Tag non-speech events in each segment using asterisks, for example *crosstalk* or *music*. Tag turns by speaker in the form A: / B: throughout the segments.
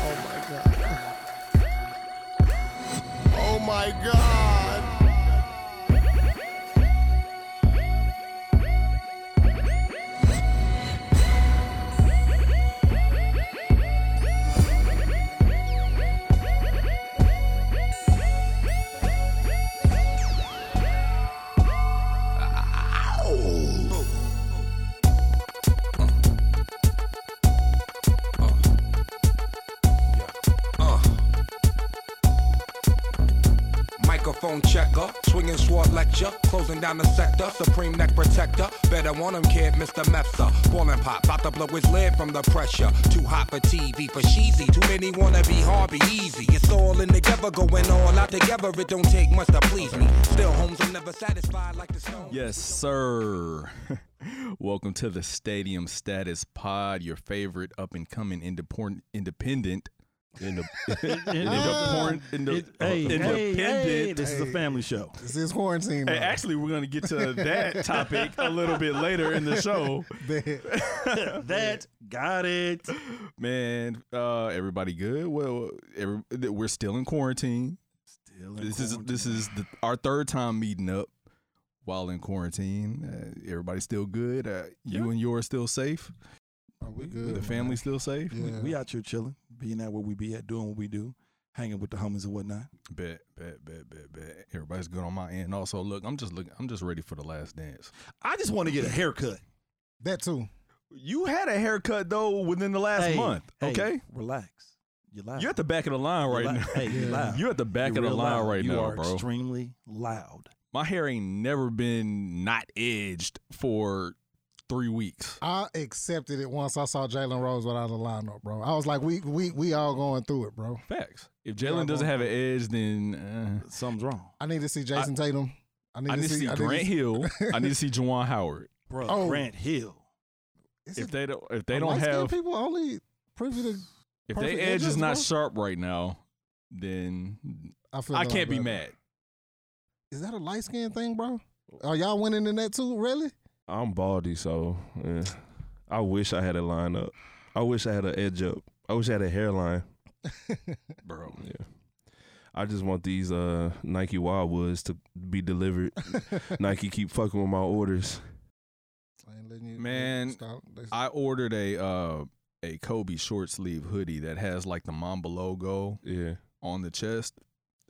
A: Oh Oh my god.
B: Uh. Microphone checker, swinging sword lecture, closing down the sector, supreme neck protector. Better want him, kid, Mr. Mepsa. Ballin' pop, about to blow his lid from the pressure. Too hot for TV, for cheesy. Too many wanna be Harvey Easy. It's all in together, going all out together. It don't take much to please me. Still, homes I'm never satisfied like the stone.
C: Yes, sir. *laughs* Welcome to the Stadium Status Pod, your favorite up and coming indepor- independent. *laughs* In the Ah.
D: uh,
C: uh,
D: hey, hey,
C: independent.
D: this is a family show.
A: This is quarantine.
C: Hey, actually, we're going to get to that topic a little bit later in the show.
D: *laughs* That got it.
C: Man, uh, everybody good? Well, every, th- we're still in quarantine. this is this is the, our third time meeting up while in quarantine. Uh, everybody's still good. Uh, You and yours still safe.
A: Are we good?
C: the family still safe.
A: Yeah.
D: We out here chilling, being at where we be at, doing what we do, hanging with the homies and whatnot.
C: Bet, bet, bet, bet, bet. Everybody's good on my end. Also, look, I'm just looking. I'm just ready for the last dance.
D: I just want to get a haircut.
A: that too.
C: You had a haircut though within the last
D: Hey,
C: month.
D: hey,
C: Okay,
D: relax. You're loud.
C: you're at the back of the line
D: You're
C: right
D: loud.
C: now.
D: Hey, you're loud.
C: You're at the back
D: You're
C: of the
D: real
C: line
D: loud.
C: right
D: you
C: now,
D: are
C: bro.
D: Extremely loud.
C: my hair ain't never been not edged for three weeks.
A: I accepted it once I saw Jalen Rose without a lineup, bro. I was like, we we we all going through it, bro.
C: Facts. If Jalen doesn't have an edge, then uh,
D: Something's wrong,
A: I need to see Jason Tatum. need,
C: I need to see
A: I need
C: Grant Hill. I need
A: *laughs*
C: to see Juwan Howard.
D: bro.
A: Oh.
D: Grant Hill.
A: Is
C: If
A: it-
C: they don't, if they
A: are
C: don't
A: light-skinned
C: have,
A: people only privy to.
C: if their
A: perfect
C: edge is
A: edges,
C: not
A: bro?
C: sharp right now, then
A: I, feel
C: I
A: like
C: can't be
A: that.
C: mad.
A: Is that a light skin thing, bro? Are y'all winning in that too? Really? *laughs*
E: I'm baldy, so yeah. I wish I had a line up. I wish I had an edge up. I wish I had a hairline.
C: Bro,
E: I just want these uh, Nike Wildwoods to be delivered. Nike keep fucking with my orders.
A: I ain't letting you-
C: Man,
A: stop. They-
C: I ordered a uh, a Kobe short sleeve hoodie that has like the Mamba logo
E: Yeah,
C: on the chest.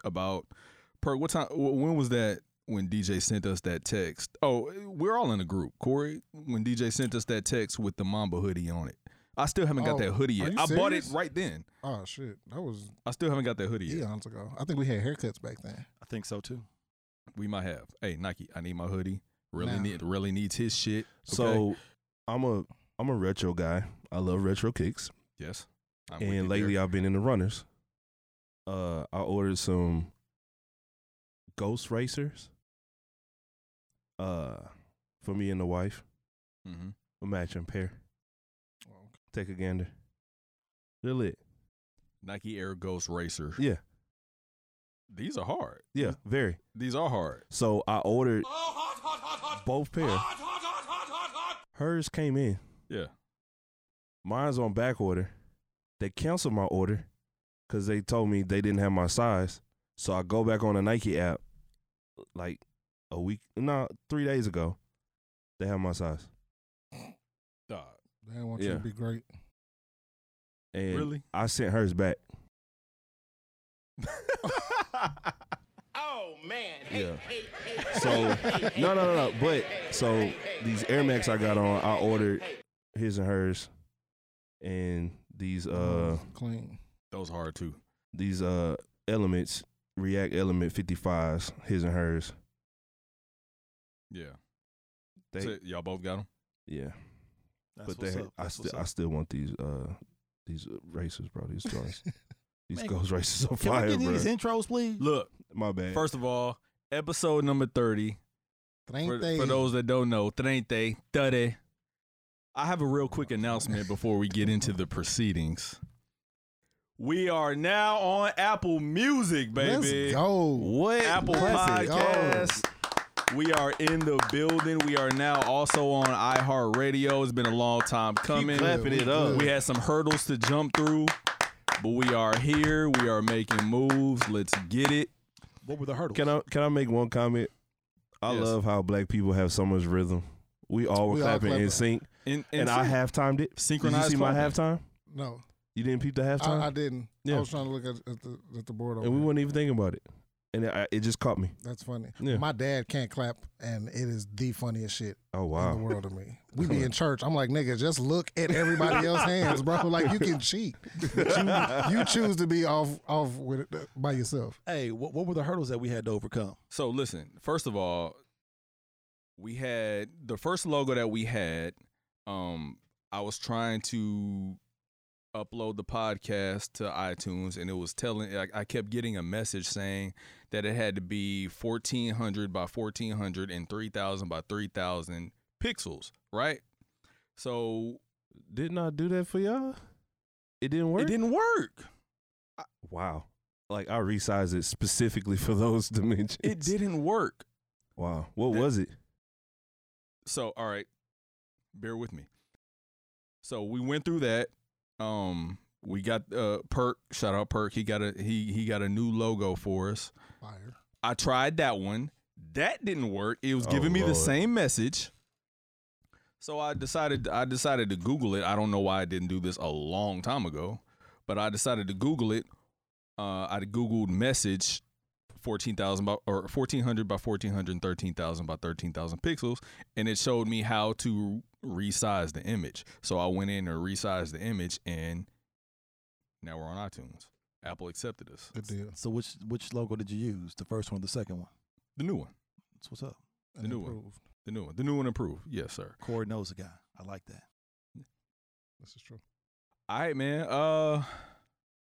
C: About per what time? wh- When was that? When DJ sent us that text? Oh, we're all in a group, Corey. When DJ sent us that text with the Mamba hoodie on it, I still haven't got
A: Oh,
C: that hoodie
A: are
C: yet.
A: you
C: I bought it
A: serious?
C: right then.
A: oh shit, that was
C: I still haven't got that hoodie yet.
A: eons ago. I think we had haircuts back then.
D: I think so too.
C: We might have. Hey Nike, I need my hoodie. Really
A: Nah.
C: need. Really needs his shit. Okay.
E: So I'm a I'm a retro guy. I love retro kicks,
C: yes. I'm with you
E: and lately I've been in the runners. Uh, I ordered some Ghost Racers. Uh, for me and the wife,
C: there. Mhm.
E: a matching pair. Take a gander. They're lit.
C: Nike Air Ghost Racer.
E: Yeah,
C: These are hard.
E: yeah, very.
C: These are hard.
E: So I ordered both pair. Hers came in.
C: Yeah.
E: Mine's on back order. They canceled my order because they told me they didn't have my size. So I go back on the Nike app like a week, no, three days ago. They have my size.
C: Dog.
A: They didn't want you
E: Yeah.
A: to be great.
E: And
C: Really?
E: I sent hers back.
F: Oh man.
E: Yeah. So no, no, no, no. But so these Air Max I got on, I ordered his and hers, and these uh
A: clean.
C: Those hard too.
E: these uh elements, React Element 55s, his and hers.
C: Yeah.
E: They
C: So y'all both got them.
E: yeah,
D: That's
E: but
D: what's
E: they
D: up.
E: I
D: That's
E: still
D: what's
E: I
D: up.
E: still want these uh these uh, races, bro.
D: *laughs*
E: These joints, these
D: Man,
E: ghost races on
D: Can we
E: fire,
D: get
E: bro.
D: these intros, please?
C: Look,
E: My bad.
C: first of all, episode number thirty. For,
A: Thank they.
C: for those that don't know, 30, 30. I have a real quick announcement before we get into the proceedings. We are now on Apple Music, baby.
A: Let's go.
C: What Apple
A: Let's go.
C: Podcast?
A: Oh.
C: We are in the building. We are now also on iHeartRadio. It's been a long time coming.
A: clapping it up.
C: We had some hurdles to jump through, but we are here. We are making moves. Let's get it.
D: What were the hurdles?
E: Can I can I make one comment? I
C: Yes.
E: love how black people have so much rhythm. We all were
A: We all
E: clapping
A: clap-
E: in sync,
C: And,
E: and, I half timed it. Did you
C: synchronized.
E: see my
C: clapping.
E: halftime?
A: No,
E: You didn't peep the halftime,
A: I, I didn't. I
E: Yeah.
A: was trying to look at, at, the, at the board. Over
E: and we
A: here.
E: weren't even thinking about it, and it, I, it just caught me.
A: That's funny.
E: Yeah.
A: My dad can't clap, and it is the funniest shit
E: Oh
A: in the
E: wow! *laughs*
A: world to
C: *laughs*
A: me. We be in church. I'm like, nigga, just look at everybody else's hands, bro. Like you can cheat. But you, you choose to be off off with it, uh, by yourself.
D: Hey, what, what were the hurdles that we had to overcome?
C: So listen, first of all, we had the first logo that we had. Um, I was trying to upload the podcast to iTunes, and it was telling. I, I kept getting a message saying that it had to be fourteen hundred by fourteen hundred and three thousand by three thousand pixels, right? So
E: Didn't I do that for y'all? It didn't work.
C: it didn't work.
E: Wow! Like I resized it specifically for those *laughs* dimensions.
C: It didn't work.
E: Wow! What
C: That-
E: was it?
C: so all right bear with me so we went through that um we got uh perk shout out perk he got a he he got a new logo for us
A: Fire.
C: i tried that one that didn't work it was
E: Oh,
C: giving me the
E: Lord.
C: same message so i decided i decided to google it i don't know why i didn't do this a long time ago but i decided to google it uh i googled message 14,000 by or 1400 by 1400 13,000 by 13,000 pixels and it showed me how to resize the image. So I went in and resized the image and now we're on iTunes. Apple accepted us.
A: Good deal.
D: So which which logo did you use? The first one or the second one?
C: The new one.
D: That's what's up.
A: And
C: new one.
A: improved.
C: The new one. The new one approved. Yes, sir.
D: Corey knows the guy. I like that.
A: This is true.
C: All right, man. Uh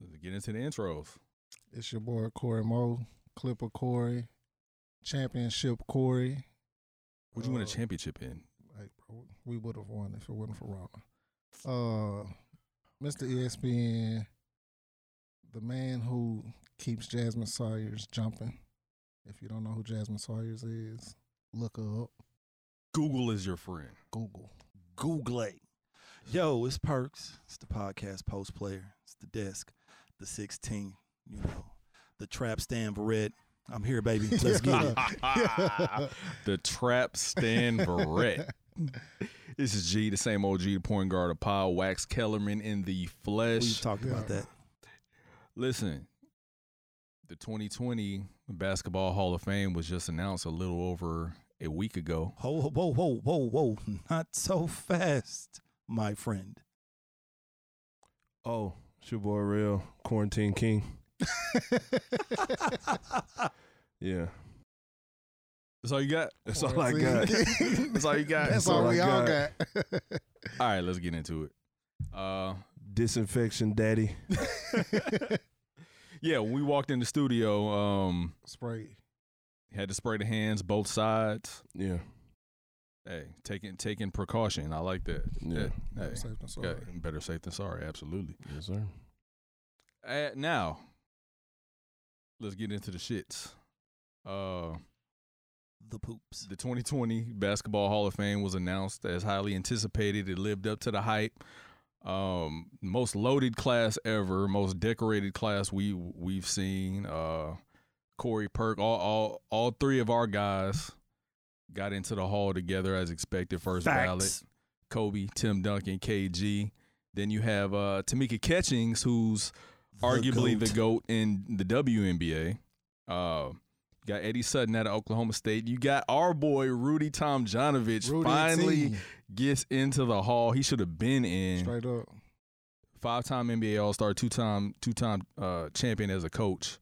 C: let's get into the intros.
A: It's your boy Corey Moe, Clipper Corey, Championship Corey.
C: Would you win a
A: Uh,
C: championship in?
A: Like, bro, we would have won if it wasn't for Rama. Uh, Mr. ESPN, the man who keeps Jasmine Sawyer's jumping. If you don't know who Jasmine Sawyer's is, look her up.
C: Google is
A: *laughs*
C: your friend.
A: Google.
D: Google it. Yo, it's Perks. It's the podcast post player. It's the desk. The 16, you know, the trap stand red. I'm here, baby.
A: *laughs*
D: Let's get it.
C: the trap stand
A: *laughs*
C: Barrett. this is G, the same OG the point guard of Paul Wax Kellerman in the flesh.
D: We've talked about
A: Yeah.
D: that.
C: Listen, the 2020 Basketball Hall of Fame was just announced a little over a week ago.
D: Whoa, whoa, whoa, whoa, whoa. Not so fast, my friend.
E: Oh, it's your boy, real quarantine king. Yeah,
C: That's all you got?
E: that's all
A: *laughs*
E: I got.
A: That's
C: That's all you got?
A: That's
E: That's all
A: all
E: I
A: we all got.
E: got.
C: all right, let's get into it. Uh,
E: Disinfection, daddy.
C: yeah, when we walked in the studio, um,
A: Spray.
C: had to spray the hands both sides.
E: Yeah,
C: Hey, taking taking precaution. I like that.
E: Yeah.
C: Hey,
A: Safe and sorry.
C: yeah, better safe than sorry. Absolutely.
E: yes sir.
C: Uh, now, let's get into the shits. Uh,
D: The poops.
C: The 2020 Basketball Hall of Fame was announced as highly anticipated. It lived up to the hype. Um, most loaded class ever, most decorated class we we've seen. Uh, Corey Perk, all all all three of our guys got into the hall together as expected. First ballot,
D: Facts.
C: Kobe, Tim Duncan, KG. Then you have uh, Tamika Catchings, who's arguably the goat in the WNBA. Uh, you got Eddie Sutton out of Oklahoma State. You got our boy Rudy Tomjanovich
A: Rudy
C: finally
A: T.
C: gets into the hall. He should have been in
A: Straight up.
C: five-time NBA All-Star, two-time two-time uh, champion as a coach.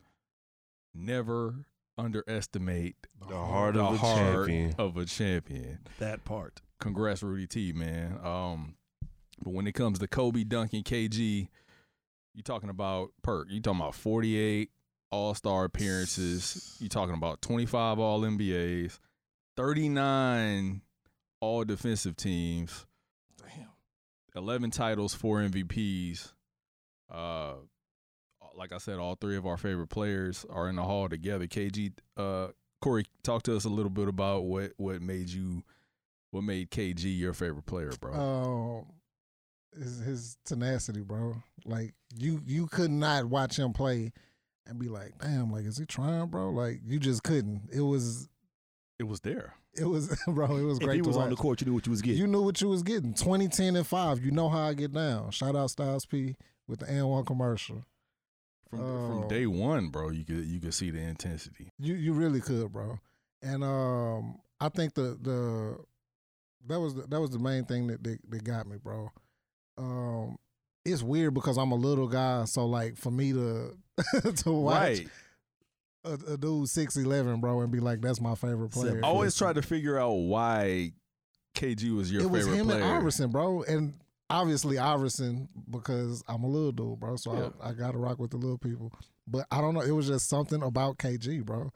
C: Never underestimate
E: The heart
C: the
E: of a
C: heart *laughs*
E: champion.
C: of a champion.
D: That part.
C: Congrats, Rudy T, man. Um, but when it comes to Kobe, Duncan, KG, you talking about perk. You talking about 48 All Star appearances. You talking about 25 All NBAs, 39 All Defensive Teams,
A: Damn.
C: 11 titles, four MVPs. Uh, like I said, all three of our favorite players are in the hall together. KG, uh, Corey, talk to us a little bit about what what made you, what made KG your favorite player, bro.
A: Um, his, his tenacity, bro. Like you, you could not watch him play and be like, damn, like is he trying, bro? Like you just couldn't. It was
C: It was there.
A: it was *laughs* bro, it was
D: If
A: great
D: he
A: to
D: was on
A: watch.
D: the court, you knew what you was getting.
A: You knew what you was getting. 2010 and 5. You know how I get down. Shout out Styles P with the and one commercial.
C: From from
A: Oh.
C: day one, bro, you could you could see the intensity.
A: You you really could, bro. And um, I think the the that was the, that was the main thing that, that that got me, bro. Um, it's weird because I'm a little guy, so like for me to *laughs* to watch
C: Right.
A: a, a dude six eleven, bro, and be like, that's my favorite
D: Except
A: player.
C: I always tried to figure out why KG was your
A: it was
C: favorite
A: him
C: player.
A: and Iverson, bro, and obviously Iverson because I'm a little dude, bro. So
C: Yeah.
A: I, I got to rock with the little people. But I don't know. It was just something about KG, bro.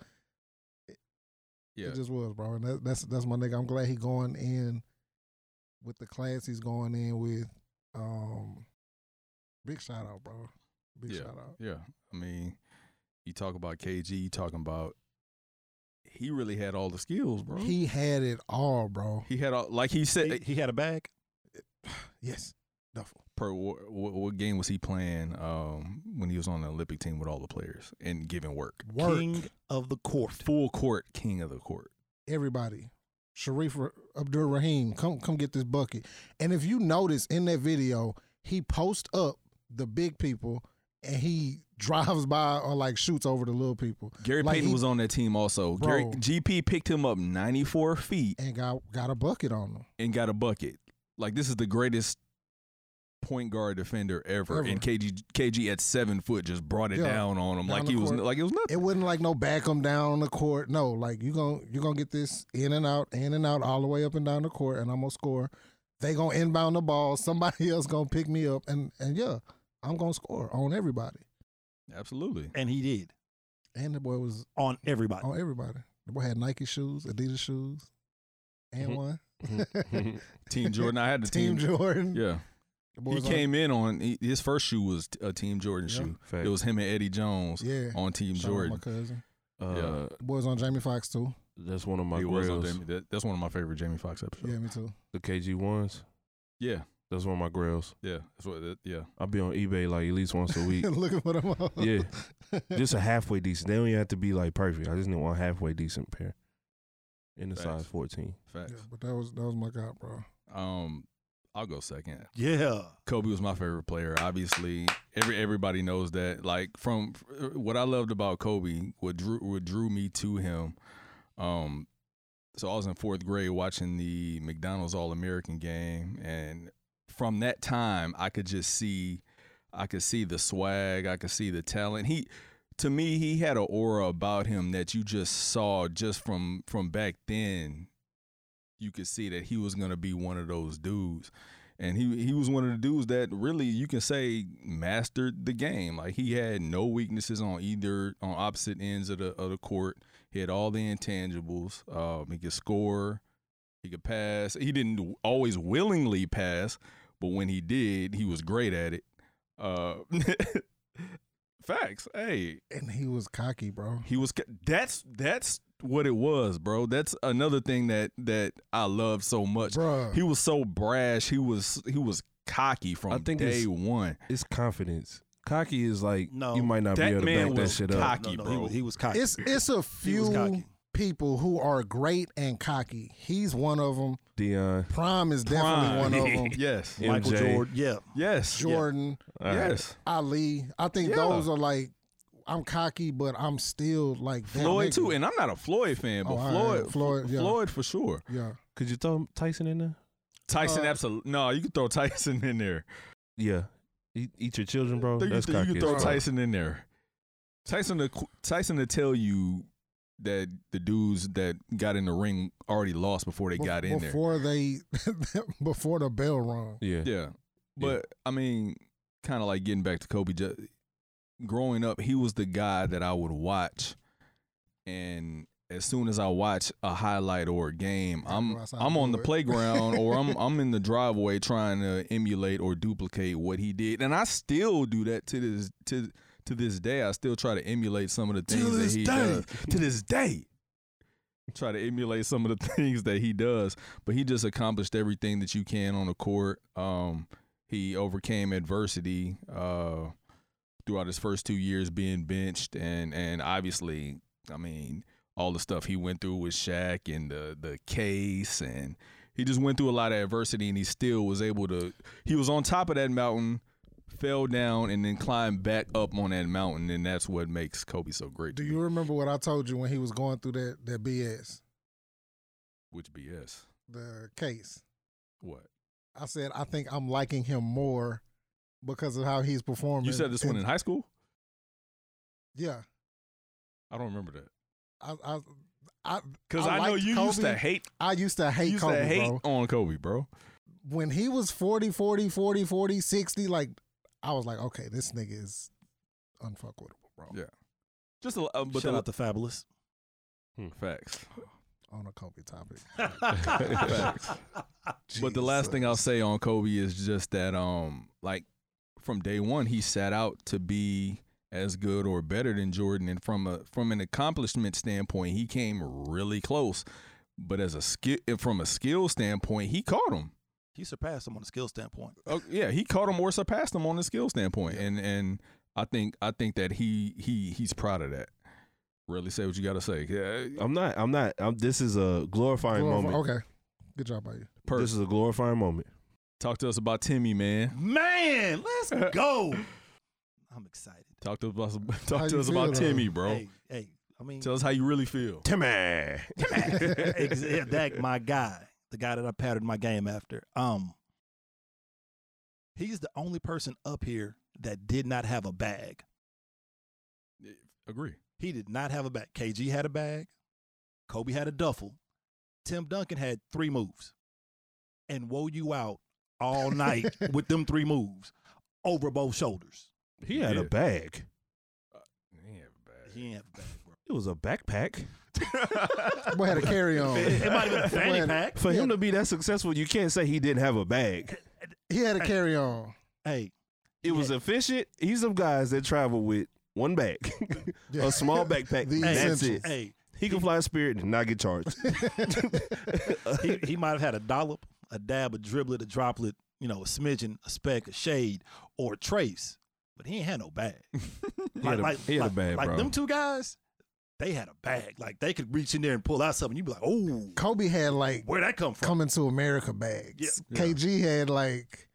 C: Yeah.
A: It just was, bro. And that, that's that's my nigga. I'm glad he going in with the class he's going in with. Um, big shout out, bro. Big shout out.
C: Yeah. I mean, you talk about KG, you talking about he really had all the skills, bro. He,
A: He had it all, bro.
C: had all like he said
D: He, he had a bag.
A: *sighs* Yes, duffel.
C: per what, what game was he playing um when he was on the Olympic team with all the players and giving work.
A: Work.
D: King of the court.
C: Full court king of the court.
A: everybody. Sharif Abdul Rahim, come come get this bucket. And if you notice in that video, he posts up the big people and he *laughs* drives by or like shoots over the little people
C: Gary
A: Like
C: Payton
A: he-
C: was on that team also.
A: Bro.
C: Gary GP picked him up 94 feet
A: and got got a bucket on them.
C: and got a bucket. Like this is the greatest point guard defender ever,
A: Ever.
C: and KG KG at seven foot just brought it
A: Yeah.
C: down on him
A: Down
C: like
A: the
C: he was
A: court.
C: like it was nothing.
A: It wasn't like no back him down on the court. No, like you going you gonna get this in and out, in and out, all the way up and down the court, and I'm gonna score. They gonna inbound the ball. *laughs* Somebody else gonna pick me up, and and yeah, I'm gonna score on everybody. *laughs*
C: Absolutely.
D: And he did.
A: And the boy was
D: On everybody.
A: on everybody. The boy had Nike shoes, Adidas shoes, and
E: Mhm.
A: one. *laughs*
C: Team Jordan. I had the
A: Team
C: Mm-hmm. team.
A: Jordan.
C: Yeah.
A: The
C: He
A: boys on-
C: came in on he, his first shoe was t- a Team Jordan
A: Yeah.
C: shoe.
E: Fact.
C: It was him and Eddie Jones
A: Yeah.
C: on Team
A: Shout out My
C: Jordan.
A: cousin.
E: Uh,
A: The boys on Jamie Foxx too.
E: That's one of my
C: he was on
E: grails.
C: Jamie, that, that's one of my favorite Jamie Foxx episodes.
A: Yeah, me too.
E: The KG ones.
C: Yeah. yeah.
E: That's one of my grails.
C: That's what that, yeah.
E: I'll be on eBay like at least once a
C: *laughs*
E: week.
A: *laughs* Looking for them all. *laughs*
E: yeah, just a halfway decent. They don't even have to be like perfect. I just need one halfway decent pair in the
C: Facts.
E: size fourteen.
C: Facts.
A: Yeah, but that was that was my guy, bro.
C: Um I'll go second.
D: Yeah.
C: Kobe was my favorite player. Obviously, every everybody knows that. Like from what I loved about Kobe, what drew what drew me to him. Um, so I was in fourth grade watching the McDonald's All American game, and from that time, I could just see, I could see the swag, I could see the talent. He, to me, he had an aura about him that you just saw just from from back then. You could see that he was gonna be one of those dudes and he he was one of the dudes that really you can say mastered the game. Like he had no weaknesses on either on opposite ends of the of the court. He had all the intangibles. Um, he could score, he could pass. He didn't always willingly pass, but when he did, he was great at it. Uh, *laughs* facts. Hey,
A: And he was cocky, bro.
C: he was. That's that's what it was, bro. That's another thing that that I love so much.
A: Bruh.
C: He was so brash. He was he was cocky from
E: I think
C: day
E: it's-
C: one.
E: It's confidence. Cocky is like
D: No.
E: you might not
C: That
E: be able to
C: man
E: back that
C: was
E: shit
C: cocky.
D: No, no,
E: up.
C: bro.
D: He, was, he was cocky.
A: It's it's a
D: he was
A: few
D: cocky.
A: people who are great and cocky. He's one of them.
E: Dion,
A: Prime is definitely
C: Prime.
A: one
C: *laughs*
A: of them.
C: yes.
D: Michael
E: MJ.
D: Jordan. Yeah.
C: Yes.
A: Jordan,
E: All right.
C: Yes.
A: Ali. I think
C: Yeah.
A: those are like I'm cocky, but I'm still like that
C: Floyd
A: nigga.
C: too, and I'm not a Floyd fan, but
A: Oh, all
C: Floyd,
A: right. Floyd, yeah.
C: Floyd for sure.
A: Yeah.
E: Could you throw Tyson in there?
C: Tyson,
A: Uh,
C: absolutely. No, you can throw *laughs* Tyson in there.
E: Yeah. Eat, eat your children,
A: Oh,
E: bro.
C: you,
E: That's
C: can- you
E: cocky.
C: can
E: as
C: throw
E: fuck.
C: Tyson in there. Tyson, to, qu- Tyson to tell you that the dudes that got in the ring already lost before they
A: Bef-
C: got in there.
A: before they *laughs* before the bell rung.
E: Yeah.
C: Yeah. But I mean, kind of like getting back to Kobe, ju- growing up, he was the guy that I would watch. And as soon as I watch a highlight or a game,
A: Gotta
C: I'm
A: go outside
C: I'm
A: and
C: on
A: do
C: the
A: it.
C: playground or
D: *laughs*
C: I'm I'm in the driveway trying to emulate or duplicate what he did. And I still do that to this to to this day. I still try to emulate some of the things that
D: this
C: he
D: day.
C: does. To this day. Try to emulate some of the *laughs* things that he does. But he just accomplished everything that you can on the court. Um he overcame adversity uh throughout his first two years being benched, and and obviously, I mean, all the stuff he went through with Shaq and the the case, and he just went through a lot of adversity, and he still was able to. He was on top of that mountain, fell down, and then climbed back up on that mountain, and that's what makes Kobe so great.
A: Do
C: to
A: you
C: me.
A: remember what I told you when he was going through that that BS,
C: Which BS?
A: the case?
C: What?
A: I said I think I'm liking him more because of how he's performing.
C: You said this one in high school?
A: Yeah,
C: I don't remember that.
A: I I I,
C: Because I, know
A: liked
C: you used to
A: Kobe.
C: hate,
A: I used to
C: you
A: hate
C: used
A: Kobe,
C: to hate
A: bro.
C: on Kobe, bro.
A: When he was 40, 40, 40, 40, 60, like I was like, okay, this nigga is unfuckable, bro.
C: Yeah. Just a, uh, but
D: Shout
C: the-
D: out to Fabulous.
C: *laughs*
A: *laughs*
C: facts.
A: On a Kobe topic,
C: Facts. But the last thing I'll say on Kobe is just that, um, like from day one, he set out to be as good or better than Jordan, and from a from an accomplishment standpoint, he came really close. But as a skill, from a skill standpoint, he caught him.
D: He surpassed him on a skill standpoint.
C: Oh, yeah, he caught him or surpassed him on the skill standpoint, and and I think I think that he he he's proud of that. Really say what you got to say. Yeah,
E: I'm not. I'm not. I'm, this is a glorifying
A: Glorify-
E: moment.
A: okay, good job by you.
C: Perk.
E: This is a glorifying moment.
C: Talk to us about Timmy, man.
D: Man, let's
C: *laughs*
D: go. I'm excited.
C: Talk to us.
A: How
C: Talk to
A: you
C: us about *laughs*
A: feel, though?
C: Timmy, bro.
D: Hey, hey, I mean,
C: Tell us how you really feel.
D: *laughs*
E: Timmy.
D: ex- that my guy, the guy that I patterned my game after. Um, he's the only person up here that did not have a bag.
C: Agree.
D: He did not have a bag. KG had a bag. Kobe had a duffel. Tim Duncan had three moves, and woe you out all night with them three moves over both shoulders.
E: He had a
C: Yeah.
E: bag.
D: He ain't have a bag, bro.
E: It was a backpack.
A: *laughs* Boy had a carry
E: *laughs*
A: on.
D: It might have been a fanny
A: Well,
D: pack.
E: For him to be that successful, you can't say he didn't have a bag.
A: He had a carry on.
D: Hey,
E: It was efficient. He's some guys that travel with one bag, *laughs*
A: Yeah.
E: a small backpack.
A: The
E: That's
A: essentials.
E: it.
D: hey,
E: He can fly Spirit and not get charged.
D: he, he might have had a dollop, a dab, a driblet, a droplet, you know, a smidgen, a speck, a shade, or a trace, but he ain't had no bag.
E: *laughs* He had a- he had a bag,
D: like
E: bro.
D: them two guys, they had a bag. Like they could reach in there and pull out something. You'd be like, oh,
A: Kobe had like
D: where'd that come from?
A: coming to America bags.
C: Yeah.
A: KG had like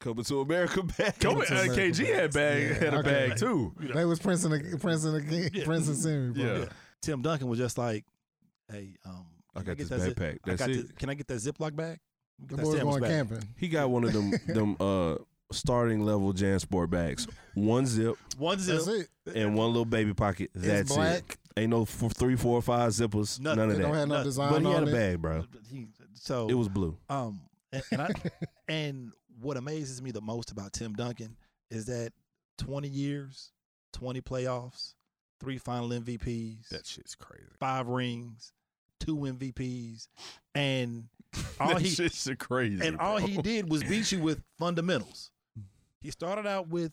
E: Coming to America *laughs* back.
A: Coming
C: Kobe,
A: to America
C: uh, KG had
A: bags.
C: bag
A: Yeah,
C: had a
A: okay.
C: bag too.
A: they was Princeton, ag- Princeton again,
D: Yeah.
A: Princeton Simi, bro.
C: Yeah.
D: Tim Duncan was just like, hey, um,
E: I
D: can
E: got
D: get
E: this
D: that zip-
E: backpack.
D: I
E: That's
D: got
E: it.
D: this- can I get that Ziploc bag? Get
A: The
D: that
A: boys
D: sandwich
A: going
D: bag.
A: camping.
E: He got one of them them uh starting level JanSport bags. One zip
D: One zip,
A: That's it.
E: and one little baby pocket. That's
A: it's black.
E: it. Ain't no f- three, four, five zippers.
D: Nothing.
E: None of
A: It don't
E: that.
A: have no
D: Nothing.
A: design
E: But he had
A: on
E: a
A: it.
E: bag, bro.
D: He- so
E: It was blue.
D: Um, and and, I, *laughs* and what amazes me the most about Tim Duncan is that 20 years, 20 playoffs, three final MVPs,
C: That shit's crazy.
D: five rings, two MVPs,
C: *laughs*
D: and all
C: that
D: he
C: shit's crazy.
D: and all he
C: bro.
D: did was beat you with fundamentals. He started out with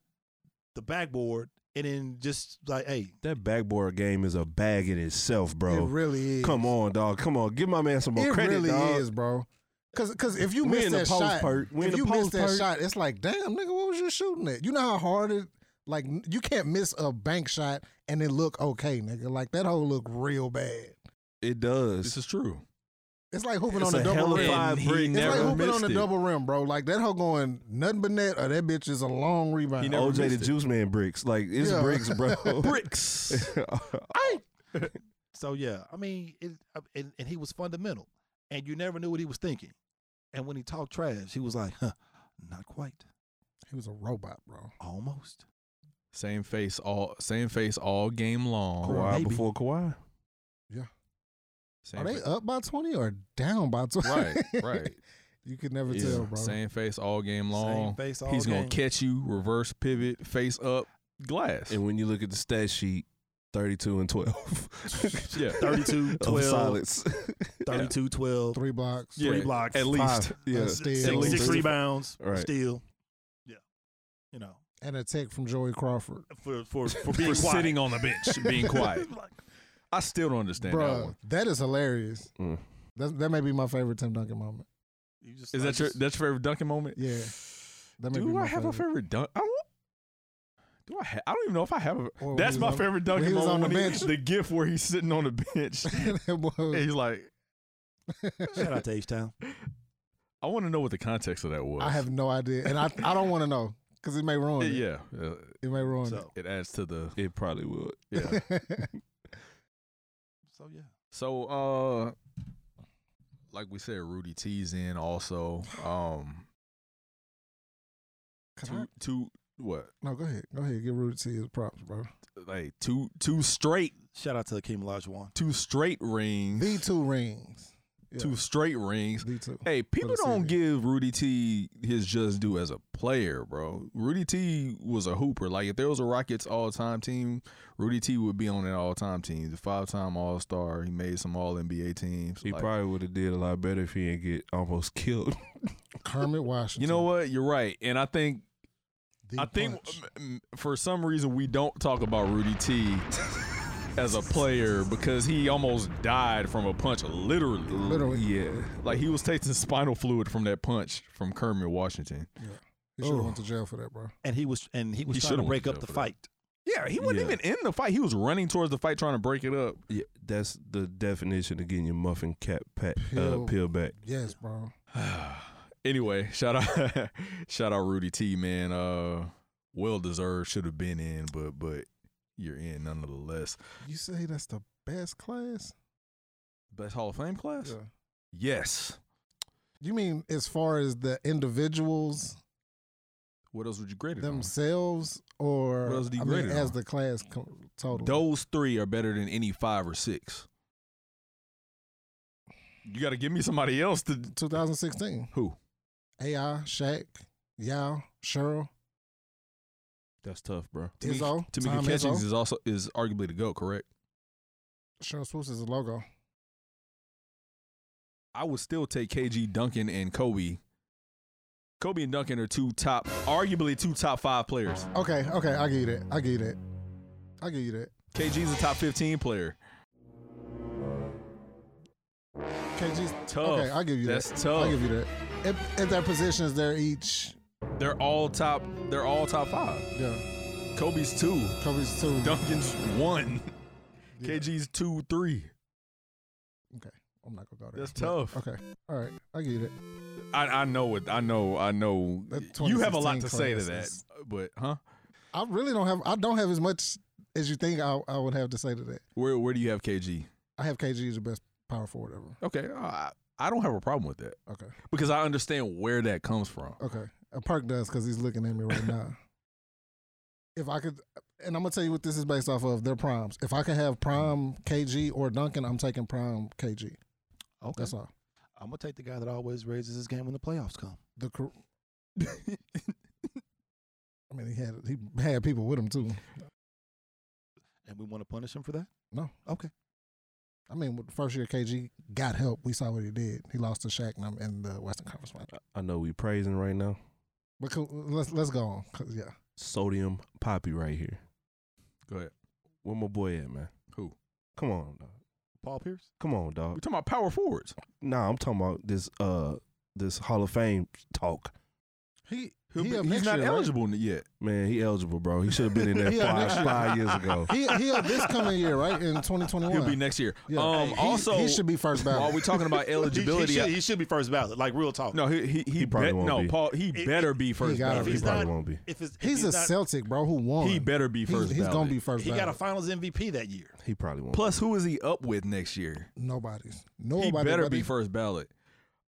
D: the backboard and then just like, hey,
E: That backboard game is a bag in itself,
A: It
E: bro.
A: really is.
E: Come on, dog. Come on. Give my man some more
A: it
E: credit,
A: really
E: dog.
A: is, bro. Cause, cause if you
E: We
A: miss
E: in the
A: that
E: post,
A: shot,
E: Perk. We in
A: if
E: the
A: you miss
E: post,
A: that
E: Perk.
A: shot, it's like, damn, nigga, what was you shooting at? You know how hard it, like, n- you can't miss a bank shot and it look okay, nigga. Like that hole look real bad.
E: It
C: *laughs*
E: does.
C: This is true.
A: It's like hooping
E: It's
A: on the
E: a
A: double
E: hell of
A: rim.
E: a
C: And he
E: brick.
A: It's
C: never
A: like hooping on
C: missed
A: the
C: it.
A: double rim, bro. Like that hoe going nothing but net, or that bitch is a long rebound.
C: He never
E: OJ the
C: missed it.
E: Juice Man bricks. Like it's
A: Yeah. *laughs*
E: bricks, bro. *laughs*
C: Bricks.
D: So yeah, I mean, it, uh, and, and he was fundamental, and you never knew what he was thinking. And when he talked trash, he was like, huh, "Not quite,
A: Oh, He was a robot, bro.
D: almost."
C: *laughs* same face all same face all game long.
D: Correct.
E: Kawhi
D: Maybe.
E: before Kawhi.
C: Same
A: Are they
C: fa-
A: up by twenty or down by twenty?
D: *laughs*
C: right, right.
A: *laughs* you could never
C: Yeah.
A: tell, bro.
C: Same face all game long.
D: Same face. All
C: He's
D: game.
C: gonna catch you, reverse pivot, face up, glass.
E: And when you look at the stat sheet, 32 and 12.
D: *laughs*
C: yeah. *laughs*
D: 32,
E: *laughs* of
D: 12,
E: solids.
D: 32, 12,
A: Three blocks.
C: Yeah,
D: three blocks,
C: At least.
E: Five. Yeah.
A: a steal,
D: six,
C: least.
D: six rebounds,
E: Right.
D: steal. Yeah, you know,
A: and a tech from Joey Crawford,
D: for for for being
C: For
D: quiet.
C: sitting on the bench, being
D: *laughs*
C: quiet. I still don't understand that
A: bro.
C: one.
A: That is hilarious.
E: Mm.
A: That that may be my favorite Tim Duncan moment.
D: You just-
C: Is
D: I
C: that your
D: just-
C: that's your favorite dunking moment?
A: Yeah, that may be
C: Do
A: my
C: I have a favorite dunk? I don't, Do I? Ha- I don't even know if I have. A-
A: Or when Oh, he was
C: That's my
A: on- *laughs*
C: favorite
A: when
C: Duncan
A: he was
C: moment.
A: on the
C: when he-
A: bench.
C: the gif where he's sitting on the *laughs*
A: *laughs*
C: bench.
A: that
C: and
A: boy,
C: he's like,
D: Shout out to
C: *laughs*
D: H Town.
C: I want to know what the context of that was.
A: I have no idea, and I I don't want to know because it may ruin it.
C: Yeah, uh,
A: It may ruin
D: So,
C: it adds to the.
E: It probably would.
A: *laughs*
C: Yeah.
A: it.
D: so yeah.
C: so, uh, like we said, Rudy T's in also. Um,
A: Can I-
C: two, two, what?
A: no, go ahead, go ahead, give Rudy T his props, bro.
C: Like two, two straight,
D: Shout out to Akeem Olajuwon.
C: two straight rings,
A: The two rings, yeah,
C: two straight rings.
A: the two.
C: Hey, people
A: the
C: don't
A: series.
C: give Rudy T his just due as a player, bro. Rudy T was a hooper. Like if there was a Rockets all time team, Rudy T would be on an all time team. The five time All Star, he made some All NBA teams.
E: He
C: Like,
E: probably would have did a lot better if he didn't get almost killed.
A: Kermit Washington.
C: you know what? You're right, and I think
A: The
C: I think
A: punch.
C: m- m- for some reason we don't talk about Rudy
A: *laughs*
C: T as a player because he almost died from a punch, literally.
A: Literally.
E: yeah.
C: Like he was tasting spinal fluid from that punch from Kermit Washington.
A: He should have
E: Ugh.
A: went to jail for that, bro.
D: And he was and he was
C: He
D: trying
C: shoulda
D: to
C: went
D: break
C: to
D: up
C: jail
D: the
C: for that.
D: fight.
C: Yeah, he wasn't
E: Yeah.
C: even in the fight. He was running towards the fight trying to break it up.
E: Yeah, that's the definition of getting your muffin cap pat, uh,
A: Peel.
E: peel back.
A: Yes, bro.
C: *sighs* anyway, shout out *laughs* shout out Rudy T, man. Uh well deserved, should have been in, but but you're in nonetheless.
A: You say that's the best class?
C: Best Hall of Fame class?
A: Yeah.
C: Yes.
A: You mean as far as the individuals
C: What else would you grade it on?
A: themselves, or
C: What else do you
A: I mean,
C: grade it
A: as
C: on?
A: the class co- total?
C: Those three are better than any five or six. You got to give me somebody else to
A: 2016.
C: who?
A: AI, Shaq, Yao, Cheryl,
E: That's tough, bro.
C: Tamika-
A: Izzo,
C: Tamika
A: Tom
C: Catchings
A: Izzo.
C: is also is arguably the goat, correct?
A: Cheryl Swoops is the logo.
C: I would still take KG, Duncan, and Kobe. Kobe and Duncan are two top, arguably two top five players.
A: Okay, okay, I get it. I get it. I give you that.
C: KG's a top fifteen player.
A: KG's
C: Tough.
A: Okay, I give you
C: That's
A: that.
C: tough.
A: I give you that. At, at their positions, they're each.
C: They're all top. They're all top five.
A: Yeah,
C: Kobe's two.
A: Kobe's two.
C: Duncan's one. *laughs*
A: Yeah.
C: KG's two, three.
A: I'm not gonna go there.
C: That's
A: But-
C: tough.
A: Okay, all right, I get it.
C: I, I know it. I know. I know.
A: That
C: You have a lot to
A: 2016
C: say to that,
A: class
C: but huh?
A: I really don't have. I don't have as much as you think I, I would have to say to that.
C: Where Where do you have KG?
A: I have KG as the best power forward ever.
C: Okay, I, I don't have a problem with that
A: Okay,
C: because I understand where that comes from.
A: okay. Uh, Park does because he's looking at me right now. if I could, and I'm gonna tell you what this is based off of. Their primes. If I could have prime KG or Duncan, I'm taking prime KG.
D: Okay.
A: That's all.
D: I'm gonna take the guy that always raises his game when the
C: *laughs*
D: playoffs come.
A: The. cor- I mean, he had he had people with him too.
D: And we want to punish him for that?
A: No.
D: Okay.
A: I mean, with the first year KG got help. We saw what he did. He lost to Shaq and I'm in the Western Conference Finals.
E: I know we praising right now.
A: But cool, let's let's go on. 'cause, yeah,
E: Sodium Poppy right here.
C: Go ahead.
E: Where my boy at, man?
C: Who?
E: Come on, dog.
D: Paul Pierce?
E: Come on,
C: We're
E: dog.
C: talking about power forwards.
E: Nah, I'm talking about this uh this Hall of Fame talk.
A: he
C: He'll
A: he
C: be-
A: up
C: he's
A: next
C: not
A: year, right?
C: eligible yet.
E: Man, he eligible, bro. He should have been
A: *laughs*
E: in there
A: He up
E: five,
A: next year.
E: five years
A: *laughs*
E: ago.
A: He he up this coming year, right? In 2021.
C: *laughs* He'll be next year.
A: Yeah.
C: Um.
A: He-
C: also,
A: he should be first
C: while
A: ballot.
C: we
A: *laughs*
C: talking about eligibility,
D: He, should, be first ballot, like real talk.
C: no, he he, he,
E: He probably
C: bet-
E: won't
C: no
E: be.
C: Paul. He
D: It-
C: better be first.
A: He gotta
C: ballot.
E: He
D: he's
E: probably
D: not-
E: won't be.
D: If it's, if
A: he's a
D: not-
A: Celtic, bro, who won.
C: He better be
A: He's-
C: first.
A: He's, gonna
C: ballot.
A: be first.
D: He got a
A: ballot.
D: Finals MVP that year.
E: He probably won't.
C: Plus, who is he up with next year?
A: nobody's
C: he
A: nobody.
C: better
A: buddy.
C: be first ballot.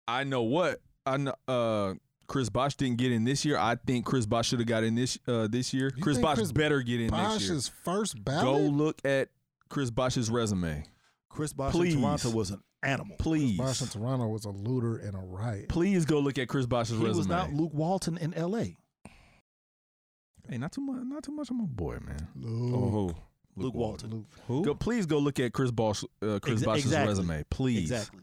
C: I know what I know. Uh, Chris Bosch didn't get in this year. I think Chris Bosch should have got in this uh, this year.
A: You
C: Chris
A: think
C: Bosch
A: Chris
C: better get in
A: Bosh
C: next year.
A: is first
C: Go
A: ballot.
C: look at Chris Bosch's resume,
D: Chris Bosh
C: Please.
D: in Toronto was an animal.
C: please.
A: Bosh in Toronto was a looter and a riot.
C: Please go look at Chris Bosch's
D: He
C: resume.
D: was not Luke Walton in L.A.
C: hey, not too much. Not too much. on my boy, man.
E: oh,
A: Luke.
E: who?
D: Luke, Walton.
A: Luke.
E: Who?
C: Go, please go look at Chris Bosch. Uh, Chris
D: Exa-
C: Bosch's
D: exactly.
C: resume, please.
D: Exactly.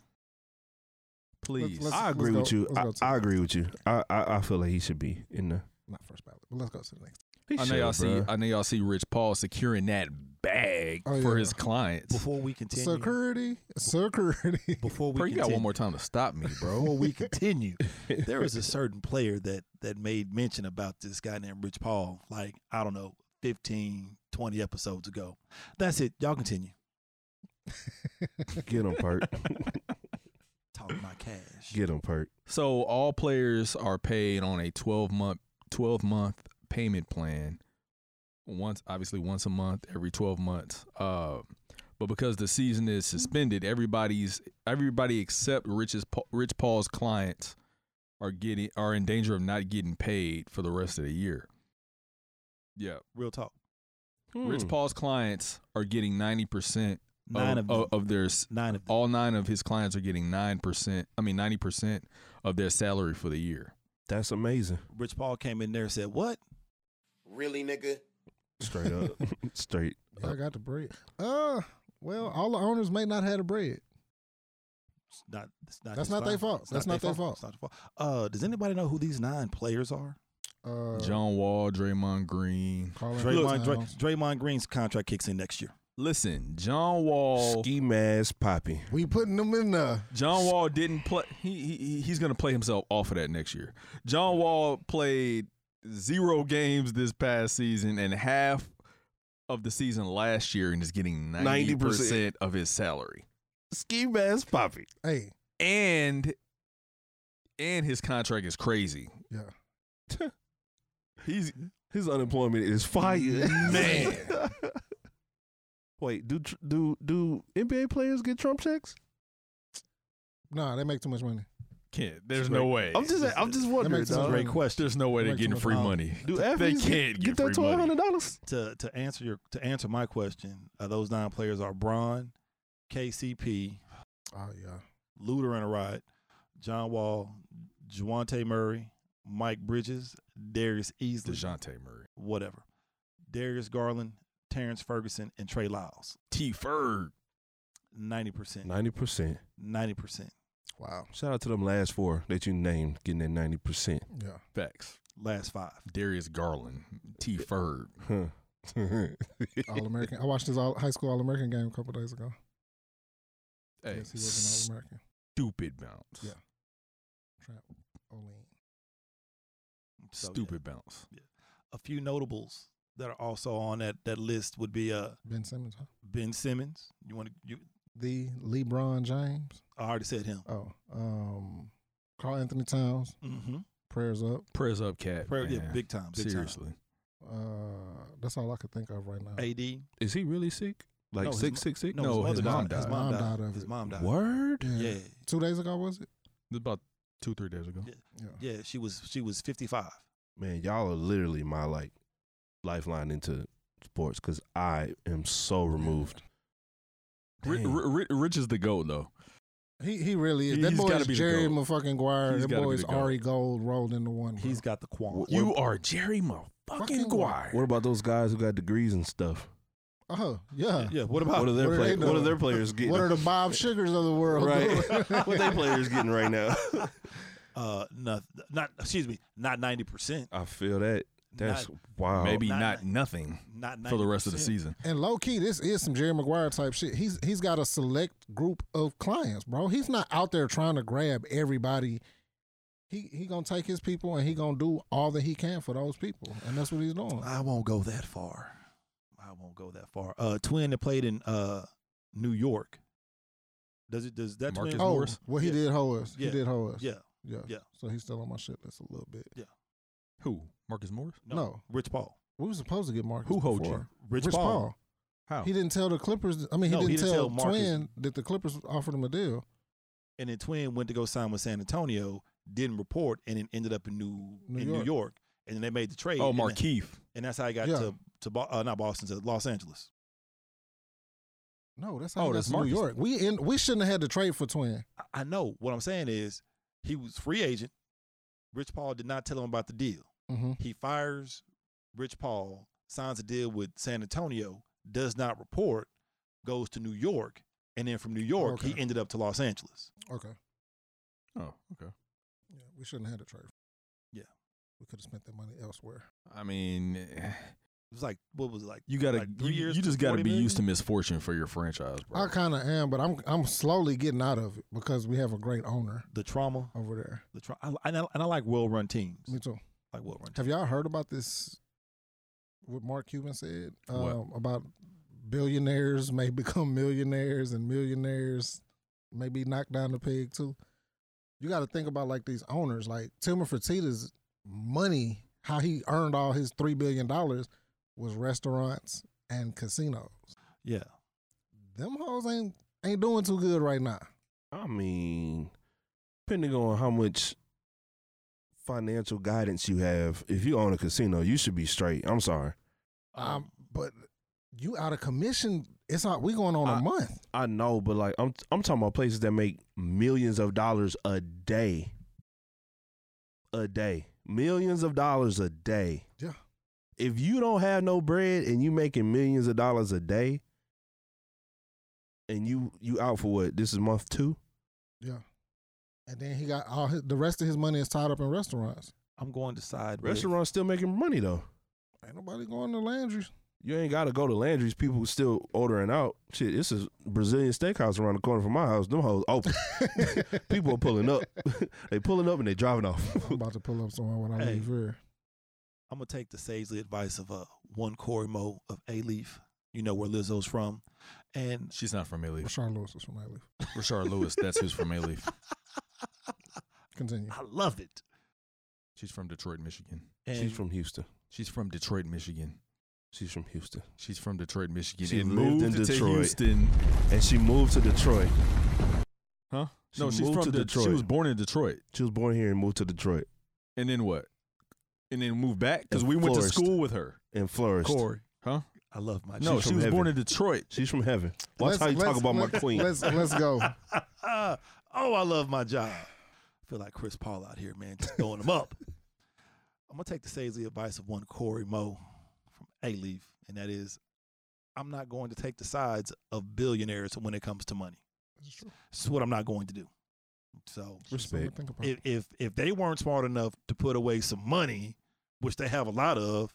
C: Please.
A: Let's-
E: I
A: let's
E: agree
A: go-
E: with you.
A: let's
E: I,
A: go to
E: I
A: the
E: agree with you. I, I I feel like he should be in the.
A: Not first ballot. But let's go to the next.
C: I know y'all see. I know y'all see Rich Paul securing that bag
A: Oh,
C: for
A: yeah.
C: his clients.
D: Before we continue,
A: Security. Security. *laughs*
D: before we
C: Bro, you
D: continue,
C: got one more time to stop me, bro.
D: *laughs* before we continue, there is a certain player that that made mention about this guy named Rich Paul. Like I don't know, 15, 20 episodes ago. That's it. Y'all continue.
E: Get him, Perk.
D: Talk my cash.
E: Get him, Perk.
C: So all players are paid on a 12 month 12 month payment plan. Once obviously once a month, every 12 months. Uh but because the season is suspended, everybody's everybody except Rich's Pa- Rich Paul's clients are getting are in danger of not getting paid for the rest of the year. Yeah,
D: Real talk.
C: Rich
E: Hmm.
C: Paul's clients are getting 90%
A: Oh,
C: of,
D: Nine of, them.
C: of, of their s-
D: Nine of them.
C: all nine of his clients are getting 9%, I mean 90% of their salary for the year.
E: That's amazing.
D: Rich Paul came in there and said, What?
F: Really, nigga?
E: Straight up. *laughs* Straight.
A: I got the bread. Uh, well, all the owners may not have the bread.
D: It's not, it's not
A: That's
D: his
A: not their fault.
D: It's
A: That's not their fault.
D: It's not their fault. Uh, does anybody know who these nine players are?
A: Uh,
C: John Wall, Draymond Green.
A: Karl Anthony
D: Draymond, Dray,
A: Towns.
D: Draymond Green's contract kicks in next year.
C: Listen, John Wall
E: Ski mask poppy.
A: We putting them in there.
C: John Wall didn't play he, he he's going to play himself off of that next year. John Wall played 0 games this past season and half of the season last year and is getting 90%,
E: 90%.
C: of his salary.
E: Ski mask poppy.
A: Hey,
C: And and his contract is crazy.
A: yeah.
E: He's his unemployment is fire.
C: Man.
E: *laughs* Wait, do tr- do do NBA players get Trump checks?
A: Nah, they make too much money.
C: Can't. There's no way.
E: I'm just Uh, I'm just wondering.
A: makes sense.
E: dog.
A: Great
C: question. There's no way they're
A: Makes
C: getting
A: sense.
C: free
A: Um,
C: money.
E: Do
C: they
E: athletes
C: can't
E: get
C: get,
E: that
C: free
E: twelve
C: money.
E: hundred dollars?
D: To to answer your to answer my question, uh, those nine players are Braun, KCP,
A: Oh yeah.
D: Luter and a Rod, John Wall, Juante Murray, Mike Bridges, Darius Easley,
C: DeJounte Murray.
D: whatever. Darius Garland, Terrence Ferguson, and Trey Lyles.
C: T Ferg.
D: 90%.
E: Ninety percent.
D: 90%.
A: Wow.
E: Shout out to them last four that you named getting that ninety percent.
A: Yeah.
C: *laughs* Facts.
D: Last five.
C: Darius Garland. T Ferg.
E: Huh. *laughs*
A: All American. I watched this all, high school All American game a couple days ago.
C: Hey,
A: Yes, he was an All American.
C: stupid bounce.
A: Yeah. Trap. Olean.
D: So, yeah.
C: Stupid bounce.
D: A few notables that are also on that, that list would be uh,
A: Ben Simmons, huh?
D: Ben Simmons. You want to? You,
A: The LeBron James.
D: I already said him.
A: Oh. Um. Carl Anthony Towns.
D: Mm-hmm.
A: Prayers up.
C: Prayers up, cat.
D: Yeah,
C: man.
D: big time. Big
C: Seriously.
A: Uh. That's all I could think of right now.
D: Time. AD.
E: is he really sick? Like
D: No, his
E: sick, sick, sick?
C: no, his
D: mother
C: mom
D: His
C: died.
A: Mom
D: mom died.
A: died of
D: his
A: it.
D: mom died.
E: Word?
D: Yeah.
A: Two days ago was it?
C: This is about two, three days ago.
D: Yeah.
A: Yeah.
D: Yeah. She was. She was fifty five.
E: Man, y'all are literally my like lifeline into sports because I am so removed.
C: Ri-
E: Dang.
C: Ri- Ri- Rich is the GOAT, though.
A: He he really is.
C: He-
A: that
C: he's
A: boy
C: gotta
A: is
C: be the
A: Jerry
C: GOAT.
A: motherfucking Guire.
C: He's
A: That
C: gotta be
A: boy is
C: the GOAT.
A: Ari Gold rolled into one. Bro.
D: He's got the qualms.
C: You are Jerry motherfucking
A: Fucking
C: Guire.
E: What about those guys who got degrees and stuff?
A: Oh yeah.
D: Yeah. What about?
E: *laughs* What are their
A: what are
E: play-
A: they
E: What are their
A: doing?
E: players getting?
A: What
E: *laughs*
A: are the Bob Sugars of the world? *laughs*
E: right?
A: doing?
E: *laughs* what they players getting right now? *laughs*
D: uh, not, not. Excuse me. Not ninety percent.
E: I feel that. That's wow.
C: Maybe
D: Not-
C: not nothing
D: not 90%.
C: for the rest of the season.
A: And low key, this is some Jerry Maguire type shit. He's he's got a select group of clients, bro. He's not out there trying to grab everybody. He he gonna take his people and he gonna do all that he can for those people, and that's what he's doing.
D: I won't go that far. I won't go that far. Uh, twin that played in uh New York. Does it? Does that
C: Marcus
D: twin?
A: Oh,
C: Morris?
A: well, he
D: Yeah.
A: did hoe us.
D: Yeah.
A: He did hoe us.
D: Yeah.
A: yeah,
D: Yeah.
A: So he's still on my shit list a little bit.
C: Who? Marcus Morris?
D: No.
A: No.
D: Rich Paul.
A: We were supposed to get Marcus.
C: Who hoed you?
A: before.
D: Rich,
A: Rich
D: Paul.
A: Paul.
C: How?
A: He didn't tell the Clippers. I mean, he
D: No,
A: didn't tell,
D: Marcus.
A: Twin that the Clippers offered him a deal.
D: and then Twin went to go sign with San Antonio, didn't report, and then ended up in New,
A: New
D: in New
A: York.
D: York, and then they made the trade.
C: oh,
D: and then-
C: Markeith.
D: and that's how I got
A: Yeah.
D: to to Bo- uh, not Boston to Los Angeles.
A: No, that's how
C: Oh,
A: he got
C: that's
A: to New
C: Marcus.
A: York. We in, we shouldn't have had to trade for Twin.
D: I, I know what I'm saying is he was free agent. Rich Paul did not tell him about the deal.
A: Mm-hmm.
D: He fires Rich Paul, signs a deal with San Antonio, does not report, goes to New York, and then from New York he
A: Okay.
D: ended up to Los Angeles.
A: Okay.
C: Oh, okay.
A: Yeah, we shouldn't have had to trade.
D: Yeah.
A: we could have spent that money elsewhere.
C: I mean, eh,
D: It was like what was it like
C: you gotta,
D: Like
C: you,
D: three years
C: you
D: for
C: just gotta
D: 40
C: be used to
D: million?
C: misfortune for your franchise, bro.
A: I kind of am, but I'm I'm slowly getting out of it because we have a great owner
D: the trauma,
A: over there.
D: the trauma, and I, and I like well run teams.
A: Me too.
D: Like well run.
A: Have y'all heard about this? what Mark Cuban said
C: What?
A: um, about billionaires may *laughs* become millionaires and millionaires may be knocked down the peg too. You got to think about like these owners, like Timur Fertitta's money, how he earned all his three billion dollars was restaurants and casinos.
D: Yeah.
A: Them hoes ain't ain't doing too good right now.
E: I mean, depending on how much financial guidance you have, if you own a casino, you should be straight. I'm sorry. Uh-huh.
A: Um, but you out of commission. It's out. We going on a
E: I-
A: month.
E: I know, but like I'm I'm talking about places that make millions of dollars a day. A day. Millions of dollars a day.
A: Yeah.
E: If you don't have no bread and you making millions of dollars a day and you you out for what? This is month 2?
A: Yeah. And then he got all his, the rest of his money is tied up in restaurants.
D: I'm going to side with-
E: Restaurants still making money though.
A: Ain't nobody going to Landry's.
E: You ain't got to go to Landry's. People still ordering out. Shit, this is Brazilian steakhouse around the corner from my house. Them hoes open. *laughs* People are pulling up. *laughs* they pulling up and they driving off.
A: *laughs* I'm about to pull up somewhere when I
D: Hey.
A: leave here.
D: I'm gonna take the sagely advice of uh, one Corey Mo of A Leaf. You know where Lizzo's from, and
C: She's not from A-Leaf.
A: Rashard Lewis is from my leaf.
C: Rashard Lewis, that's who's from A-Leaf.
A: Continue.
D: I love it.
C: She's from Detroit, Michigan.
D: And
E: She's from Houston.
C: She's from Detroit, Michigan.
E: She's from Houston.
C: She's from Detroit, Michigan.
E: She
C: and
E: lived
C: moved
E: in
C: to
E: Detroit.
C: Houston.
E: And she moved to Detroit.
C: Huh?
E: She
C: no, she's
E: moved
C: from
E: to
C: Det-
E: Detroit.
C: She was born in Detroit.
E: She was born here and moved to Detroit
C: And then what? And then moved back because
E: And
C: we went to
E: flourished.
C: school with her.
E: and flourished.
C: Corey, huh?
D: I love my
C: No,
E: She's
C: she
E: from
C: was born in
E: heaven.
C: Detroit.
E: She's from heaven. Watch
A: Let's-
E: how you talk
A: let's-
E: about my
A: let's-
E: queen.
A: Let's let's go.
D: *laughs* oh, I love my job. I feel like Chris Paul out here, man, just throwing them up. I'm gonna take the sagely advice of one Corey Mo from A Leaf, and that is, I'm not going to take the sides of billionaires when it comes to money. This is what I'm not going to do. So
E: Respect.
A: Think about.
D: if if if they weren't smart enough to put away some money, which they have a lot of,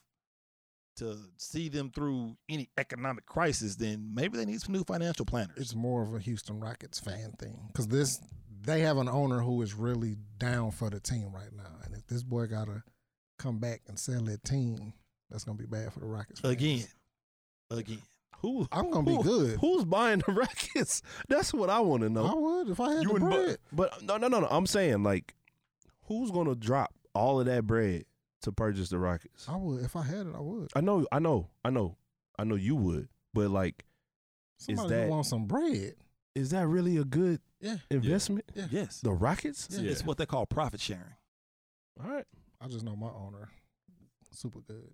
D: to see them through any economic crisis, then maybe they need some new financial planners.
A: it's more of a Houston Rockets fan thing because this they have an owner who is really down for the team right now, and if this boy gotta come back and sell that team, that's gonna be bad for the Rockets. fans.
D: again, again.
E: Who?
A: I'm gonna be
E: who-
A: good.
E: Who's buying the *laughs* Rockets? That's what I want to know.
A: I would if I had
C: You
A: the
C: and Bu-
A: bread.
E: But no, no, no, no. I'm saying like, who's gonna drop all of that bread to purchase the Rockets?
A: I would if I had it. I would.
E: I know, I know, I know, I know you would. But like,
A: Somebody
E: that-
A: want some bread.
E: is that really a good
A: Yeah.
E: investment?
D: Yes,
E: The Rockets?
A: Yeah.
D: it's what they call profit sharing.
E: All right.
A: I just know my owner, super good.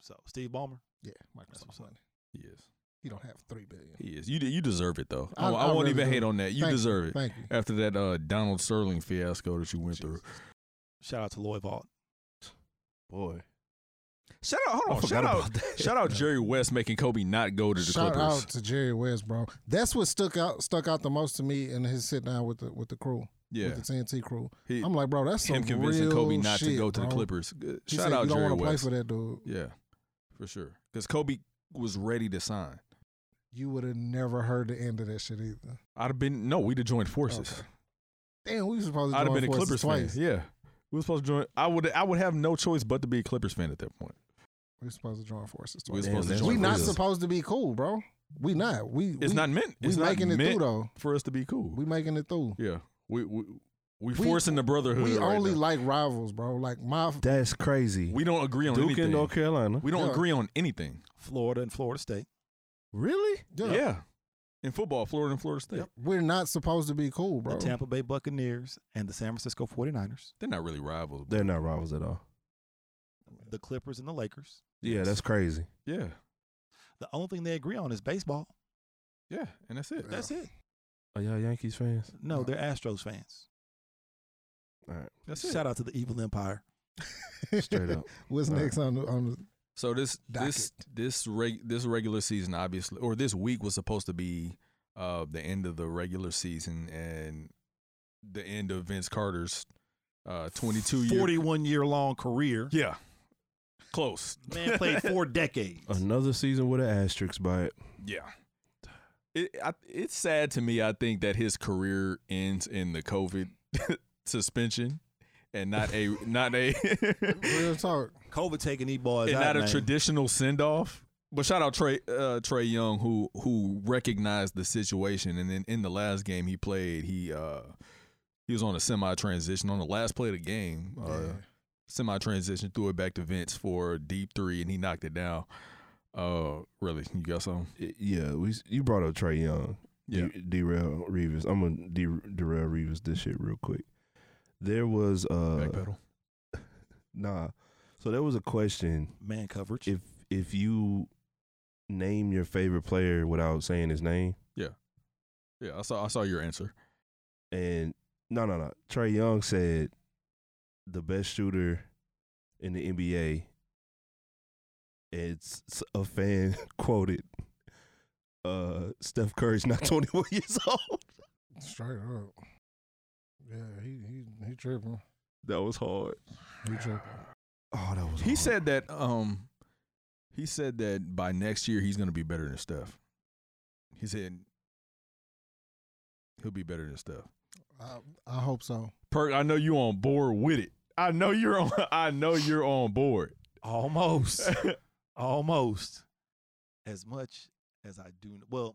D: So Steve Ballmer,
A: Yeah,
D: That's
A: Microsoft
D: what's up.
A: money.
C: He is.
A: He don't have three billion.
C: He is. You de- you deserve it though. I,
A: I-
C: I
A: I
C: won't
A: really
C: even
A: do.
C: hate on that. You
A: Thank
C: deserve it.
A: Thank you.
C: After that uh, Donald Sterling fiasco that you went through.
D: shout out to Lloyd Vault.
E: Boy.
C: Shout out,
D: Oh,
C: hold
E: I
C: on.
E: forgot
C: Shout out,
E: about that.
C: shout out Jerry West making Kobe not go to the
A: Shout
C: Clippers.
A: out to Jerry West, bro. That's what stuck out stuck out the most to me in his sit down with the with the crew,
C: Yeah,
A: with the TNT crew.
C: he,
A: I'm like, bro, that's some
C: him convincing
A: real
C: Kobe not to
A: shit,
C: go to the
A: bro.
C: Clippers. Good.
A: He
C: Shout
A: said,
C: out
A: you don't
C: Jerry
A: wanna play
C: West.
A: for that dude.
C: Yeah, for sure. Because Kobe was ready to sign.
A: You would have never heard the end of that shit either.
C: I'd have been no. We'd have joined forces.
A: Okay. Damn, we was supposed to
C: I'd have
A: join
C: been a
A: forces
C: Clippers
A: twice.
C: fan. Yeah, we were supposed to join. I would. I would have no choice but to be a Clippers fan at that point.
A: We was supposed to join forces
C: We were
A: twice.
E: Damn,
C: supposed
E: that's
C: to
A: We
C: join.
A: not
C: forces.
E: real.
A: supposed to be cool, bro. We not. We
C: It's
A: we,
C: not meant.
A: We
C: It's not
A: making it
C: meant
A: through though.
C: for us to be cool.
A: We making it through.
C: yeah, we we we
A: We-
C: forcing the brotherhood.
A: We
C: right
A: only
C: now.
A: like rivals, bro. Like my
E: That's crazy.
C: we don't agree on
E: Duke
C: anything.
E: and North Carolina.
C: we don't
A: Yeah.
C: agree on anything.
D: *laughs* Florida and Florida State.
E: really?
A: yeah,
C: Yeah. In football, Florida and Florida State.
A: we're not supposed to be cool, bro.
D: The
A: *laughs*
D: Tampa Bay Buccaneers and the San Francisco 49ers,
C: They're not really rivals.
E: They're not rivals at all.
D: the Clippers and the Lakers.
E: Yeah, that's crazy.
C: Yeah.
D: The only thing they agree on is baseball.
C: Yeah. And that's it.
D: That's it.
E: Are y'all Yankees fans?
D: No, they're Astros fans.
E: All right.
C: That's
D: Shout out to the Evil Empire.
E: Straight *laughs* up.
A: What's
E: All right.
A: next on the on the
C: So this this
A: Docket.
C: this reg, this regular season obviously or this week was supposed to be uh the end of the regular season and the end of Vince Carter's uh 22 year
D: 41 year long career.
C: Yeah. Close.
D: Man *laughs* played four decades.
E: Another season with an asterisk by it.
C: Yeah. It, I, it's sad to me. I think that his career ends in the COVID *laughs* suspension and not a not a
D: *laughs*
A: Real talk.
D: COVID taking these boys
C: and
D: out.
C: not a
D: man.
C: traditional send off. But shout out Trey uh, Trey Young who who recognized the situation and then in the last game he played he uh he was on a semi transition on the last play of the game uh,
A: Yeah.
C: semi transition threw it back to Vince for a deep three and he knocked it down. Uh, really, you got something?
E: Y- Yeah, we s- you brought up Trey Young.
C: Yeah.
E: D- derail Reeves. I'm gonna de- derail Reeves this shit real quick. There was uh
C: Backpedal.
E: nah. So there was a question
D: man coverage.
E: if if you name your favorite player without saying his name
C: Yeah, I saw I saw your answer.
E: and no no no Trey Young said the best shooter in the NBA it's s- a fan *laughs* quoted uh Steph Curry's *laughs* not 21 years old
A: Straight up. Yeah, he he he tripping.
E: that was hard
A: He tripping.
E: oh that was
C: He
E: hard.
C: said that um he said that by next year he's gonna be better than Steph. He said he'll be better than Steph.
A: I, I hope so.
C: Perk, I know you on board with it. I know you're on *laughs* I know you're on board.
D: *laughs* almost, almost. As much as I do, well,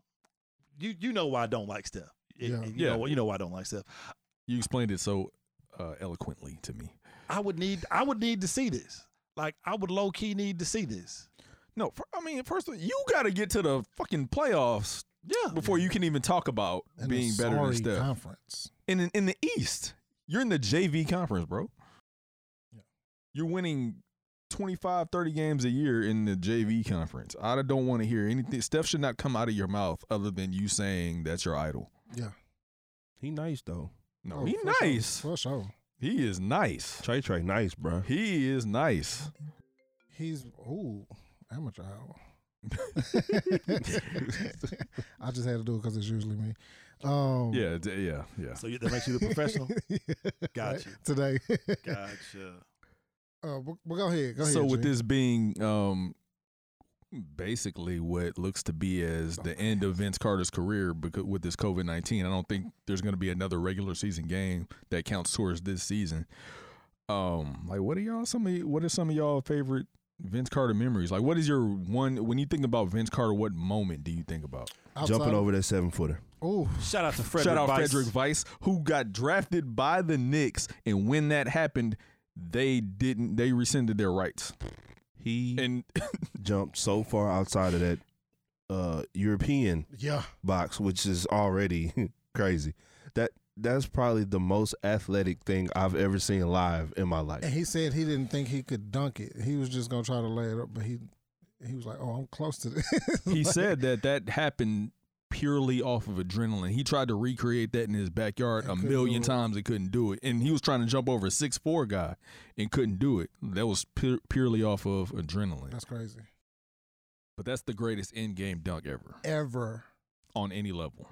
D: you you know why I don't like Steph. Y-
A: Yeah.
D: y- You
C: Yeah.
D: know you know why I don't like Steph.
C: you explained it so uh, eloquently to me.
D: I would need I would need to see this. Like I would low key need to see this.
C: No, fir- I mean, first of all, you got to get to the fucking playoffs
D: Yeah.
C: before you can even talk about
A: And a
C: being better than
A: sorry
C: Steph.
A: Conference.
C: in in the East, you're in the JV conference, bro.
A: Yeah.
C: You're winning 25, 30 games a year in the JV conference. I don't want to hear anything. Steph should not come out of your mouth other than you saying that's your idol.
A: Yeah.
E: he nice though
C: No,
A: Oh,
C: he
A: for sure.
C: nice.
A: For sure.
C: He is nice.
E: Trey Trey nice bruh.
C: He is nice.
A: He's ooh amateur
C: *laughs*
A: hour. I just had to do it because it's usually me. Um,
C: Yeah, d- yeah, yeah.
D: So you, that makes you
A: *laughs*
D: the professional. Gotcha.
A: Today.
D: *laughs* gotcha.
A: *laughs* Uh, but, but go ahead. Go ahead.
C: so with
A: G.
C: this being um basically what looks to be as the end of Vince Carter's career because with this COVID-19, I don't think there's going to be another regular season game that counts towards this season. Um like what are y'all some of y- what are some of y'all favorite Vince Carter memories? Like what is your one when you think about Vince Carter what moment do you think about?
A: Outside-
E: jumping over that seven footer
A: Ooh,
D: Shout out to Frederick.
C: Shout out
D: Weiss.
C: Frederick Weiss who got drafted by the Knicks and when that happened they didn't they rescinded their rights.
E: he
C: And
E: jumped so far outside of that uh European
A: yeah.
E: box, which is already *laughs* crazy. That that's probably the most athletic thing I've ever seen live in my
A: And
E: life.
A: he said he didn't think he could dunk it. He was just gonna try to lay it up, but he he was like, "Oh, I'm close to this."
C: *laughs* he
A: *laughs* Like,
C: said that that happened purely off of adrenaline. He tried to recreate that in his backyard
A: And
C: a
A: couldn't
C: million
A: do it.
C: times and couldn't do it. And he was trying to jump over a six four guy and couldn't do it. That was pu- purely off of adrenaline.
A: "That's crazy."
C: But that's the greatest in game dunk ever
A: Ever
C: on any level.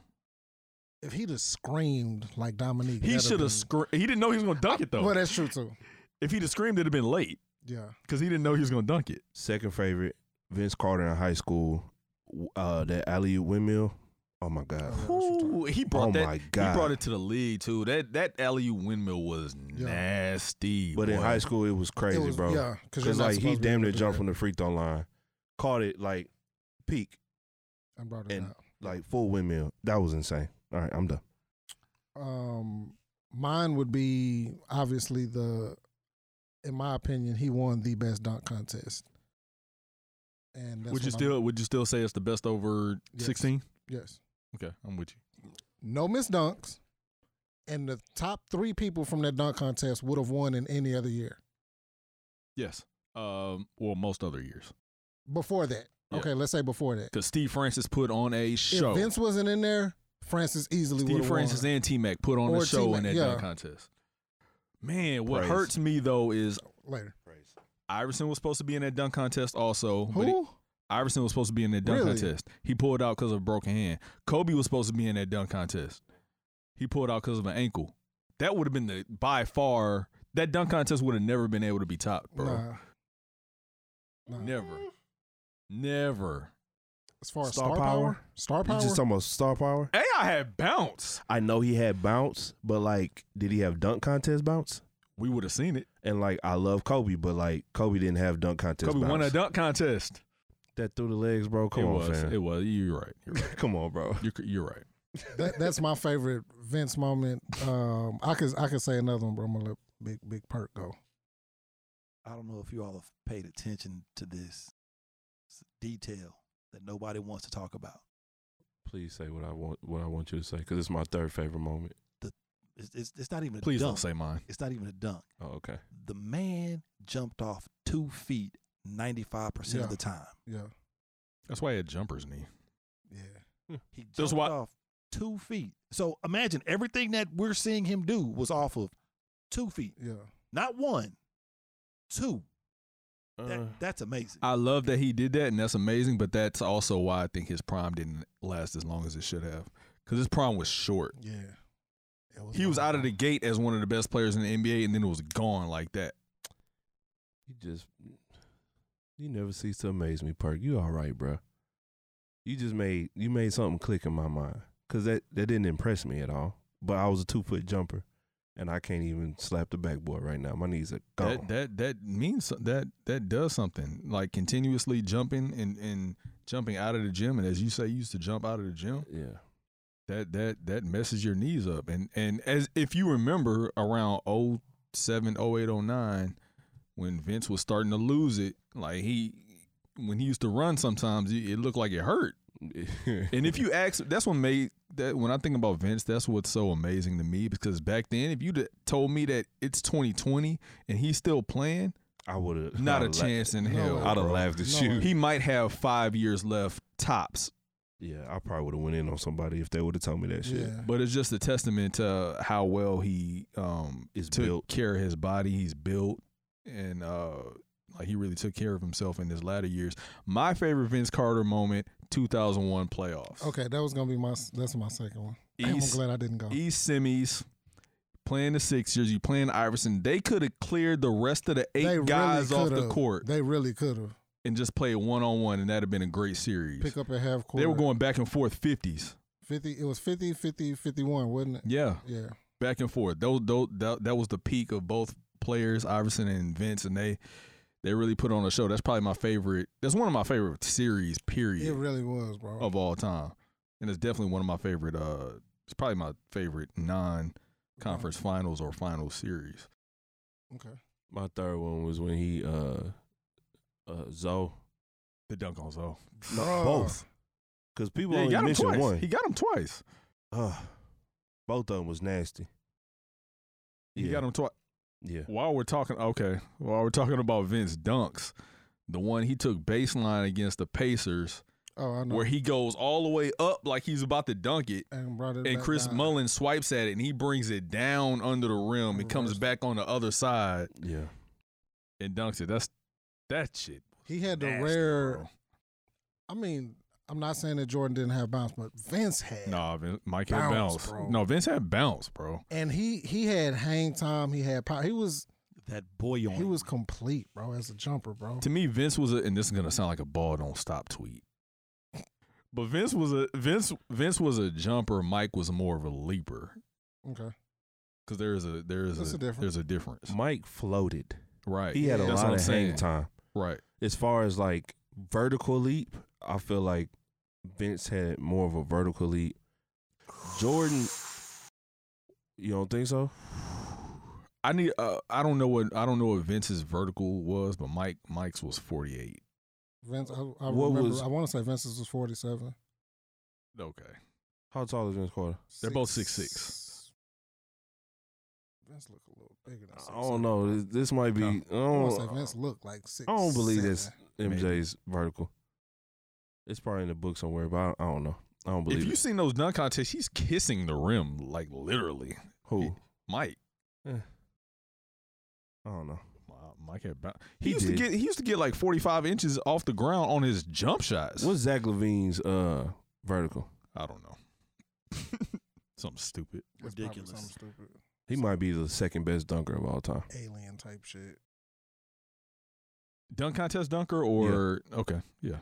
A: if he'd have screamed like Dominique,
C: He
A: that'd
C: should
A: been-
C: have screamed. He didn't know he was going to dunk it though.
A: Well, that's true too.
C: if he'd have screamed, it'd have been late
A: Yeah,
C: because he didn't know he was going to dunk it.
E: Second favorite, Vince Carter in high school, w- uh, that alley windmill. Oh my god,
C: Ooh, he brought
E: Oh
C: that.
E: my
C: He
E: God.
C: brought it to the league too. That that alley windmill was nasty.
E: but in
C: boy.
E: high school it was crazy,
A: it was,
E: bro.
A: Yeah,
E: Cause like he damn near jumped from the free throw line, caught it like peak,
A: and brought it
E: and-
A: out.
E: like full windmill. That was insane. All right, I'm done.
A: Um, mine would be obviously the, in my opinion, he won the best dunk contest. And that's
C: Would you
A: what I'm-
C: still would you still say it's the best over
A: Yes.
C: sixteen?
A: yes
C: Okay, I'm with you.
A: no missed dunks, and the top three people from that dunk contest would have won in any other year
C: Yes. Um, well, most other years,
A: before that.
C: Yeah.
A: Okay, let's say before that.
C: because Steve Francis put on a show.
A: If Vince wasn't in there, Francis easily would
C: Steve
A: have
C: Francis and T Mac put on
A: Or
C: a show in that
A: T-Mac,
C: dunk
A: yeah.
C: contest. Man, what
E: Praise.
C: hurts me though is
A: won later.
C: Iverson was supposed to be in that dunk contest also. but he-
A: Who?
C: Iverson was supposed to be in that dunk
A: Really?
C: contest. He pulled out because of a broken hand. Kobe was supposed to be in that dunk contest. He pulled out because of an ankle. That would have been the by far that dunk contest would have never been able to be topped, bro.
A: Nah. Nah.
C: Never. Never.
A: As far as
E: Star
A: star, power?
E: power?
A: star
E: You
A: power.
E: just talking about star power?
C: AI had bounce.
E: I know he had bounce, but like, did he have dunk contest bounce?
C: We would have seen it.
E: And like I love Kobe, but like Kobe didn't have dunk contest.
C: Kobe won a
E: bounce.
C: dunk contest.
E: that through the legs, bro.
C: it
E: Come on,
C: was.
E: fam.
C: It was. You're right. You're right.
E: Come on, bro.
C: You're, you're right.
A: That, that's my favorite Vince moment. Um, I could I could say another one, but I'm gonna let Big Big Perk go.
D: I don't know if you all have paid attention to this s- detail that nobody wants to talk about.
E: Please say what I want. What I want you to say, because it's my third favorite moment.
D: It's, it's, it's not even a
C: Please
D: dunk.
C: don't say mine.
D: It's not even a dunk.
E: Oh, okay.
D: The man jumped off two feet 95%
A: Yeah.
D: of the time.
A: Yeah,
C: That's why I had jumper's knee.
A: yeah.
D: He jumped
C: That's why-
D: off two feet. So imagine everything that we're seeing him do was off of two feet,
A: Yeah.
D: not one, two. That,
E: Uh,
D: that's amazing.
C: I love that he did that, and that's amazing. But that's also why I think his prime didn't last as long as it should have, because his prime was short.
A: Yeah. It
C: He was
A: my-
C: out of the gate as one of the best players in the NBA, and then it was gone like that.
E: you just you never cease to amaze me, Perk. You all right, bro? You just made you made something click in my mind, cause that that didn't impress me at all. But I was a two foot jumper, and I can't even slap the backboard right now. My knees are gone.
C: That that that means so- that that does something. Like continuously jumping and and jumping out of the gym, and as you say, you used to jump out of the gym.
E: yeah.
C: That that that messes your knees up, and and as if you remember around 07, 08, 09, when Vince was starting to lose it, like he when he used to run, sometimes it it looked like it hurt.
E: *laughs*
C: And
A: *laughs*
C: if you ask, that's what made that when I think about Vince, that's what's so amazing to me because back then, if you'd told me that it's 2020 and he's still playing,
E: I would have
C: not a chance in
A: No
C: hell.
A: way.
E: I'd have
C: bro.
E: laughed at you.
C: He might have five years left tops,
E: Yeah, I probably would have went in on somebody if they would have told me that shit.
A: Yeah.
C: but it's just a testament to how well he um,
E: Is
C: took
E: built.
C: care of his body. He's built, and uh, like he really took care of himself in his latter years. My favorite Vince Carter moment: 2001 playoffs.
A: Okay, that was gonna be my. s- That's my second one. Damn, I'm
C: East-
A: glad I didn't go.
C: East semis, playing the Sixers, you playing Iverson. They could have cleared the rest of the eight
A: They really
C: guys off the
A: coulda.
C: court
A: They really could have
C: and just played one on one, and that'd have been a great series.
A: pick up at half court.
C: They were going back and forth fifties.
A: 50. It was 50, 50, 51, wasn't it?
C: Yeah,
A: Yeah.
C: back and forth. Those, those, that, that was the peak of both players, Iverson and Vince, and they they really put on a show. That's probably my favorite. That's one of my favorite series,
A: It
C: period,
A: really was, bro.
C: of all time, and it's definitely one of my favorite. Uh, it's probably my favorite non-conference
E: Uh-huh.
C: finals or final series.
A: Okay.
E: My third one was when he uh uh Zoe.
C: The dunk on Zoe. *laughs*
E: No,
A: Bruh.
E: both. Cause people
C: Yeah, he
E: only
C: got him
E: mentioned
C: twice.
E: one.
C: He got him twice.
E: Ugh. both of them was nasty.
C: He got him twice.
E: Yeah.
C: While we're talking, okay, while we're talking about Vince dunks, the one he took baseline against the Pacers,
A: Oh, I know.
C: where he goes all the way up like he's about to dunk it,
A: and brought it
C: and
A: back
C: Chris
A: down.
C: Mullen swipes at it and he brings it down under the rim and
A: Reverse.
C: comes back on the other side
E: Yeah.
C: and dunks it. That's that shit.
A: He had the
C: nasty,
A: rare. *laughs*
C: bro.
A: I mean, I'm not saying that Jordan didn't have bounce, but Vince had.
C: Nah, Vin, Mike had
A: Bounce,
C: bounce.
A: bro.
C: No, Vince had bounce, bro.
A: And he he had hang time. He had power. He was
D: that boy on
A: he was complete, bro, as a jumper, bro.
C: To me, Vince was a, and this is gonna sound like a ball don't stop tweet. But Vince was a Vince Vince was a jumper. Mike was more of a leaper
A: Okay.
C: because there is a there is
A: That's
C: a,
A: a difference.
C: there's a difference,
E: Mike floated.
C: right?
E: He had a
C: That's what
E: lot
C: I'm
E: of
C: saying.
E: hang time.
C: right?
E: As far as like vertical leap, I feel like Vince had more of a vertical leap. Jordan You don't think so?
C: I need uh, I don't know what I don't know what Vince's vertical was, but Mike Mike's was 48.
A: Vince, I, I
E: What
A: remember.
E: was-
A: I want to say Vince's was 47.
C: Okay,
E: How tall is Vince Carter?
C: They're both
A: 6'6". Vince look a little bigger than
E: I don't know. This- This might be. I
A: I want to say
E: don't,
A: Vince look like six.
E: I don't believe
A: seven.
E: this MJ's vertical. It's probably in the book somewhere, but I, I don't know. I don't believe
C: if you
E: it.
C: seen those dunk contests, he's kissing the rim like literally.
E: Who?
C: Mike,
E: I don't know.
C: Wow, Mike had bounce. He,
E: He
C: used to
E: did.
C: get he used to get like 45 inches off the ground on his jump shots.
E: What's Zach Levine's uh vertical?
C: I don't
E: *laughs*
C: know. Something stupid.
A: That's probably
D: Ridiculous.
A: something stupid.
E: He might be the second best dunker of all time.
A: Alien type shit.
C: Dunk contest dunker or okay, yeah.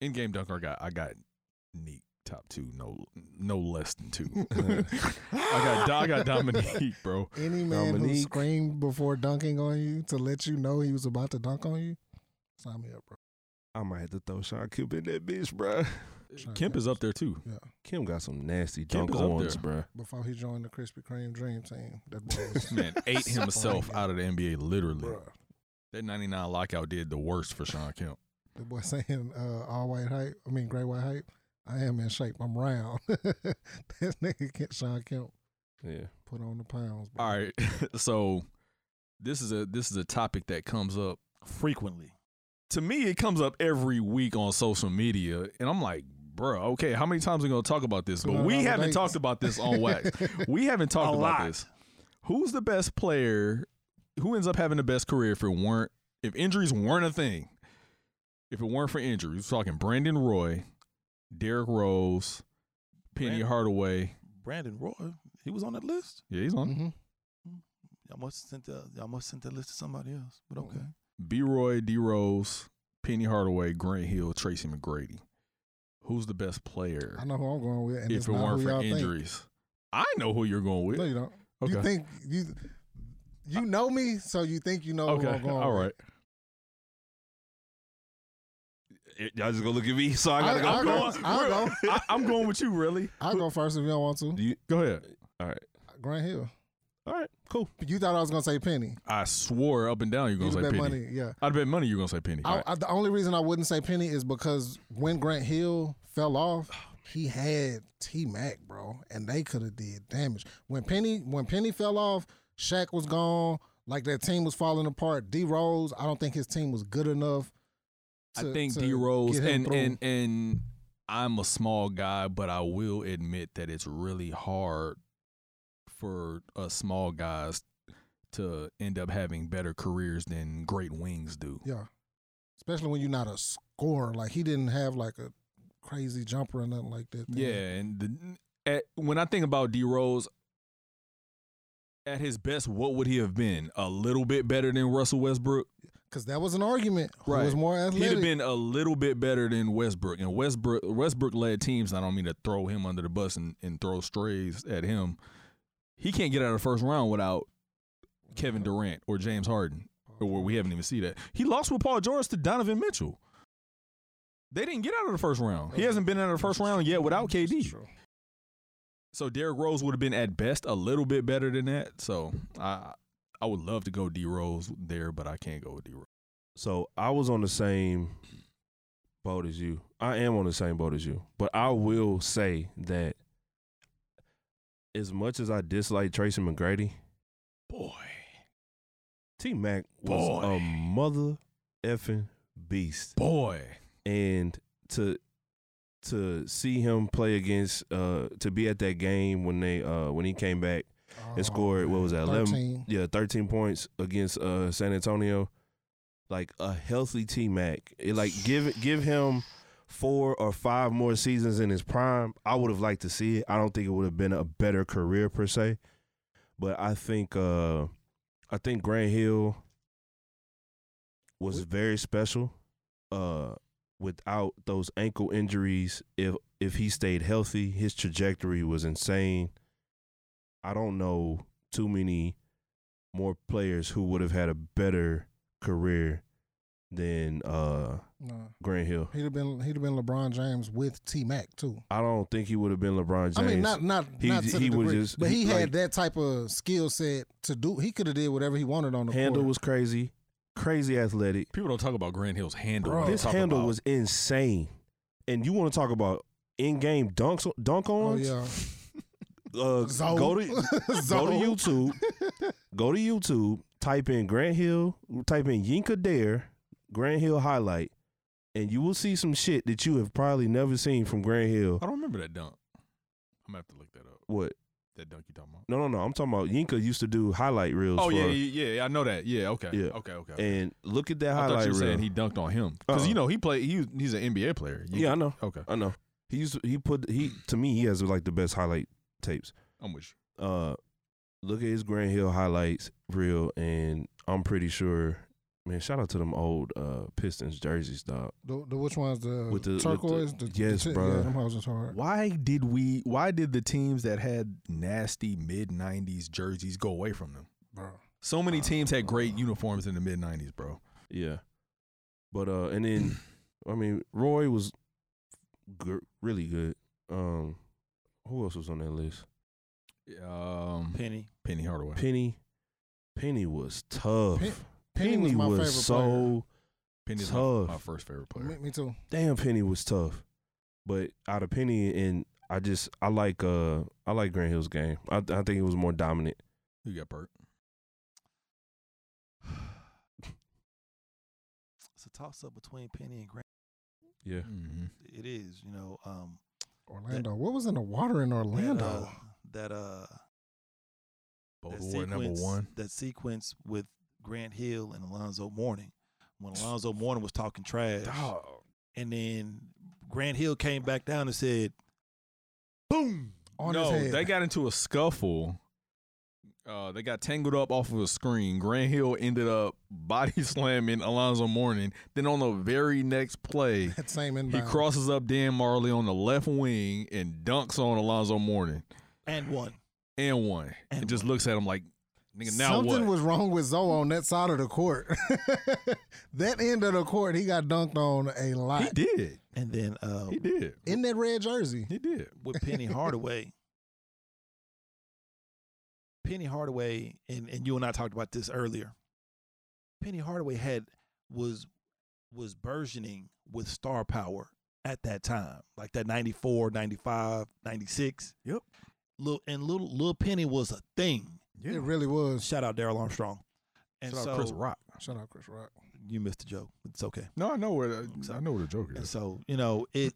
C: In game dunker I got I got neat. top two, no, no less than two. *laughs* I got
A: *laughs*
C: I
E: *laughs*
C: got Dominique, bro.
A: Any man who
E: Dominique.
A: screamed before dunking on you to let you know he was about to dunk on you, sign me up, bro.
E: I might have to throw Sean Kemp in that bitch, bruh.
C: Kemp is up there too.
A: Yeah,
E: Kim got some nasty
C: Kemp
E: dunk
C: is up
E: ons, bruh.
A: before he joined the Krispy Kreme Dream Team, that boy
C: *laughs*
A: was *laughs*
C: Man, ate himself
A: Spike.
C: out of the NBA. Literally,
A: Bruh.
C: that '99 lockout did the worst for Sean Kemp.
A: The boy saying uh, all white hype. I mean, gray white hype. I am in shape. I'm round. *laughs* that nigga can't Sean Kemp
E: Yeah.
A: put on the pounds. Bro.
C: All right, *laughs* so this is a this is a topic that comes up
D: frequently.
C: to me, it comes up every week on social media, and I'm like, bruh, okay, how many times are we gonna talk about this? But
A: Two
C: we
A: hours
C: haven't
A: late.
C: talked about this
A: *laughs*
C: on wax. we haven't talked
D: A
C: about
D: lot.
C: this. Who's the best player? Who ends up having the best career if it weren't if injuries weren't a thing? If it weren't for injuries, we're talking Brandon Roy, Derrick Rose, Penny
D: Brandon-
C: Hardaway.
D: Brandon Roy, he was on that list.
C: Yeah, he's on.
A: Mm-hmm.
D: Y'all must sent that. Y'all must sent that list to somebody else. But okay,
C: B. Roy, D. Rose, Penny Hardaway, Grant Hill, Tracy McGrady. Who's the best player?
A: I know who I'm going with. And
C: if
A: it's
C: it
A: not
C: weren't
A: who
C: for
A: y'all think.
C: injuries. I know who you're going with.
A: No, you don't.
C: okay.
A: You think you you know me, so you think you know who I'm
C: okay.
A: going
C: All
A: with.
C: right.
E: Eh, Y'all just gonna look at me, so I
A: I-
E: gotta
A: I'll
E: go.
A: go- I'll go.
C: I, am going with
A: *laughs*
C: you, really.
A: I'll go first if you don't want to.
E: Do you-
C: Go ahead.
A: Grant Hill.
E: all right, cool.
A: You thought I was gonna say Penny.
C: I swore up and down
A: You
C: you're gonna say
A: bet
C: Penny.
A: money. Yeah.
C: I'd bet money you're gonna say Penny.
A: I,
C: All right.
A: I, the only reason I wouldn't say Penny is because when Grant Hill fell off, he had T Mac, bro, and they could have did damage. When Penny when Penny fell off, Shaq was gone. Like that team was falling apart. D Rose, I don't think his team was good enough.
C: I
A: to-
C: think
A: to
C: D Rose
A: get him
C: and
A: through.
C: and and I'm a small guy, but I will admit that it's really hard for us small guys to end up having better careers than great wings do.
A: Yeah. Especially when you're not a scorer. Like he didn't have like a crazy jumper or nothing like that.
C: Yeah, and the, at, when I think about D Rose, at his best, what would he have been? A little bit better than Russell Westbrook.
A: Because that was an argument. Who was
C: Right.
A: more athletic?
C: He'd have been a little bit better than Westbrook. And Westbrook Westbrook led teams. I don't mean to throw him under the bus and, and throw strays at him. He can't get out of the first round without Kevin Durant or James Harden. Or where we haven't even seen that. He lost with Paul George to Donovan Mitchell. They didn't get out of the first round. He hasn't been out of the first round yet without KD. So Derrick Rose would have been at best a little bit better than that. So I I would love to go D Rose there, but I can't go with D Rose.
E: So I was on the same boat as you. I am on the same boat as you. But I will say that as much as I dislike Tracy McGrady,
C: Boy.
E: T Mac was
C: Boy.
E: a mother effing beast.
C: Boy.
E: And to to see him play against uh to be at that game when they uh when he came back and scored what was that 11
A: 13.
E: yeah, 13 points against uh San Antonio. Like a healthy T Mac. Like give give him four or five more seasons in his prime. I would have liked to see it. I don't think it would have been a better career per se. But I think uh I think Grant Hill was very special. Uh without those ankle injuries, if if he stayed healthy, his trajectory was insane. I don't know too many more players who would have had a better career than uh
A: No.
E: Grant Hill.
A: He'd have been he'd have been LeBron James with T Mac too.
E: I don't think he would have been LeBron James.
A: I mean, not not
E: He-
A: not to
E: he
A: the
E: was
A: degree,
E: just-
A: but he,
E: he,
A: had
E: like-
A: that type of skill set to do. He could have did whatever he wanted on the
E: handle
A: court.
E: was crazy, crazy athletic.
C: People don't talk about Grand Hill's handle.
A: Bro.
C: They
E: This
C: talk
E: handle
C: about-
E: was insane. And you want to talk about in-game dunks, dunk
A: oh
E: ons?
A: yeah,
E: Uh,
A: Zone. *laughs*
E: go to go to
A: Zone.
E: YouTube,
A: *laughs*
E: go to YouTube, type in Grant Hill, type in Yinka Dare, Grant Hill highlight, and you will see some shit that you have probably never seen from Grant Hill.
C: I don't remember that dunk. I'm gonna have to look that up.
E: What?
C: That dunk you talking about?
E: No, no, no. I'm talking about Yinka used to do highlight reels.
C: Oh
E: for,
C: yeah, yeah, yeah. I know that. Yeah, okay.
E: Yeah.
C: Okay, okay.
E: And look at that
C: I
E: highlight
C: thought you were
E: reel.
C: saying he dunked on him. Because
E: Uh-uh.
C: you know he played he he's an NBA player. You-
E: yeah, I know.
C: Okay.
E: I know. He used to- he put he to me he has like the best highlight tapes.
C: I'm with you.
E: uh look at his Grand Hill highlights reel and I'm pretty sure Man, shout out to them old uh, Pistons jerseys, dog.
A: The, the which one's the,
E: With the- with the-
A: turquoise? the,
E: yes,
A: the, ti-
E: bruh.
A: Yeah, them hoes is hard.
C: Why did we? Why did the teams that had nasty mid '90s jerseys go away from them?
A: Bro.
C: So many teams had great uniforms in the mid '90s, bro.
E: Yeah. But uh, and *clears throat* then I mean, Roy was g- really good. Um, who else was on that list?
C: Um,
D: Penny.
C: Penny Hardaway.
E: Penny. Penny was tough.
A: Penny was
E: Penny, was,
A: my favorite player.
E: so
C: Penny's
E: tough.
C: my, my first favorite
A: Me,
C: player.
A: me too.
E: damn. Penny was tough. But out of Penny and I just I like uh I like Grant Hill's game. I I think it was more dominant.
C: Who you got, Bert?
D: *sighs* It's a toss up between Penny and Grant.
E: Yeah.
C: Mm-hmm.
D: It is, you know. Um,
A: Orlando. what was in the water in Orlando?
D: That uh, that, uh
C: Both
D: that
C: award number one.
D: That sequence with Grant Hill and Alonzo Mourning, when Alonzo Mourning was talking trash, and then Grant Hill came back down and said, "Boom."
A: on
C: no,
A: his head.
C: they got into a scuffle. Uh, they got tangled up off of a screen. Grant Hill ended up body *laughs* slamming Alonzo Mourning. Then on the very next *laughs*
A: *laughs*
C: play,
A: that same
C: he
A: inbound.
C: crosses up Dan Marley on the left wing and dunks on Alonzo Mourning
D: And one.
C: and one. And,
D: And
C: just
D: one.
C: looks at him like, nigga, now
A: Something
C: what?
A: was wrong with Zoe on that side of the court. *laughs* that end of the court, he got dunked on a lot
C: he did.
D: And then uh,
C: He did.
A: in that red jersey.
C: He did. *laughs*
D: with Penny Hardaway. Penny Hardaway, and, and you and I talked about this earlier. Penny Hardaway had was was burgeoning with star power at that time, like that 94, 95, 96.
C: Yep.
D: Lil, and little little Penny was a thing.
A: It really was.
D: Shout out Daryl Armstrong. And
C: Shout out
D: so
C: Chris Rock.
A: Shout out Chris Rock.
D: you missed the joke. It's okay.
C: No, I know where the,
D: So-
C: I know where the joke
D: And
C: is.
D: so, you know, it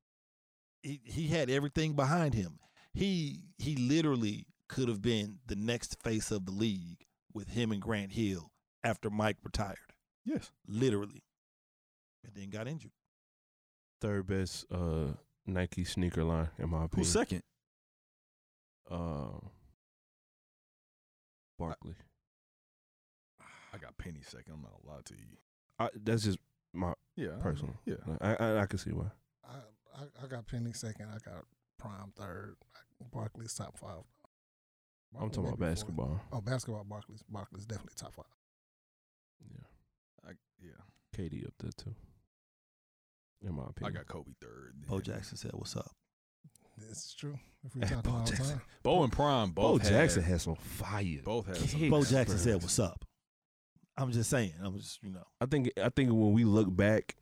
D: *clears throat* he, he had everything behind him. He he literally could have been the next face of the league with him and Grant Hill after Mike retired.
C: Yes.
D: Literally. And then got injured.
E: Third best uh Nike sneaker line in my opinion.
C: Who's second?
E: Uh, Barkley.
C: I got Penny second. I'm not gonna lie to you.
E: I, that's just my
C: Yeah. I-
E: personal.
C: Oh, Yeah.
E: I, I I can see why.
A: I, I I got Penny second. I got Prime third. Barkley's top five.
E: I'm
A: Barkley
E: talking about
A: maybe fourth.
E: basketball.
A: Oh, basketball. Barkley's Barkley's definitely top five.
E: Yeah,
C: I, yeah.
E: KD up there too. In my
C: I
E: opinion,
C: got Kobe third.
D: Bo Jackson said, What's up?
A: It's true. If we
E: Hey,
A: talk
E: Bo
A: all the
E: Jackson.
A: time,
C: Bo and Prime both had-
E: has some fire.
C: both had some
E: Kicks,
D: Bo
E: Yes,
D: Jackson
E: bro.
D: said, What's up? I'm just saying. I'm just, you know.
E: I think I think when we look back,